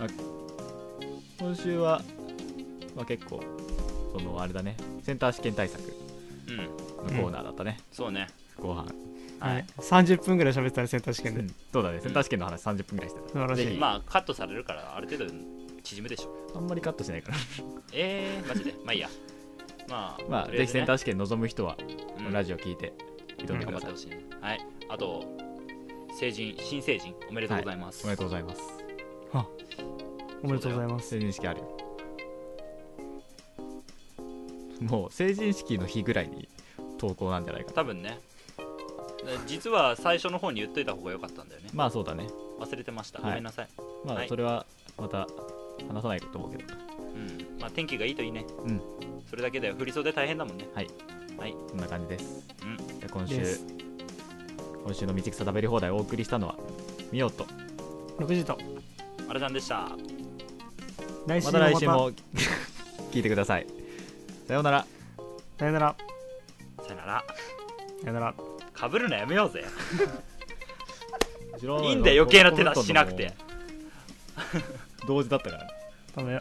[SPEAKER 1] 今週は、まあ、結構そのあれだねセンター試験対策
[SPEAKER 3] うん
[SPEAKER 1] のコーナーだったね、
[SPEAKER 3] そうね
[SPEAKER 1] 後半、
[SPEAKER 3] はい、
[SPEAKER 2] 30分ぐらい喋ったらセンター試験
[SPEAKER 1] う
[SPEAKER 2] で、
[SPEAKER 1] ん、そうだねセンター試験の話30分ぐらいしてた
[SPEAKER 2] 素晴らしい
[SPEAKER 1] ぜひ
[SPEAKER 3] まあカットされるからある程度縮むでしょ
[SPEAKER 1] あんまりカットしないから
[SPEAKER 3] えー、マジでまあいいやまあ、
[SPEAKER 1] まあ、
[SPEAKER 3] とり
[SPEAKER 1] ぜひ
[SPEAKER 3] えず
[SPEAKER 1] セ
[SPEAKER 3] ね
[SPEAKER 1] ンター試験望む人は、
[SPEAKER 3] うん
[SPEAKER 1] ラジオ聞いて挑んでくだ
[SPEAKER 3] 頑張っ
[SPEAKER 1] さ
[SPEAKER 3] て
[SPEAKER 1] い、
[SPEAKER 3] ほしいねはいあと成人新成人おめでとうございます、
[SPEAKER 1] おめでとうございます
[SPEAKER 2] おめでとうございます
[SPEAKER 1] 成人式あるよもう成人式の日ぐらいに投稿なんじゃないかな
[SPEAKER 3] 多分ね実は最初の方に言っといた方が良かったんだよね
[SPEAKER 1] まあそうだね
[SPEAKER 3] 忘れてました、
[SPEAKER 1] はい
[SPEAKER 3] ごめんなさい、
[SPEAKER 1] ま
[SPEAKER 3] は
[SPEAKER 1] あ
[SPEAKER 3] い
[SPEAKER 1] それはまた話さないと思うけど
[SPEAKER 3] うんまあ、天気がいいといいね、
[SPEAKER 1] うん
[SPEAKER 3] それだけで振り袖大変だもんね
[SPEAKER 1] こんな感じです、
[SPEAKER 3] うん
[SPEAKER 1] じゃあ今週
[SPEAKER 2] です
[SPEAKER 1] 今週の道草食べり放題をお送りしたのはみようと
[SPEAKER 2] 6時と
[SPEAKER 3] あらちゃんでした
[SPEAKER 2] 来週
[SPEAKER 1] また
[SPEAKER 2] もま
[SPEAKER 1] 来
[SPEAKER 2] た
[SPEAKER 1] 週も聞いてくださいさようなら
[SPEAKER 2] さよなら
[SPEAKER 3] さよなら
[SPEAKER 2] さよなら
[SPEAKER 3] かぶるのやめようぜ
[SPEAKER 1] い
[SPEAKER 3] いいんだよ余計な手出ししなくて
[SPEAKER 1] 同時だったからね
[SPEAKER 2] ダメよ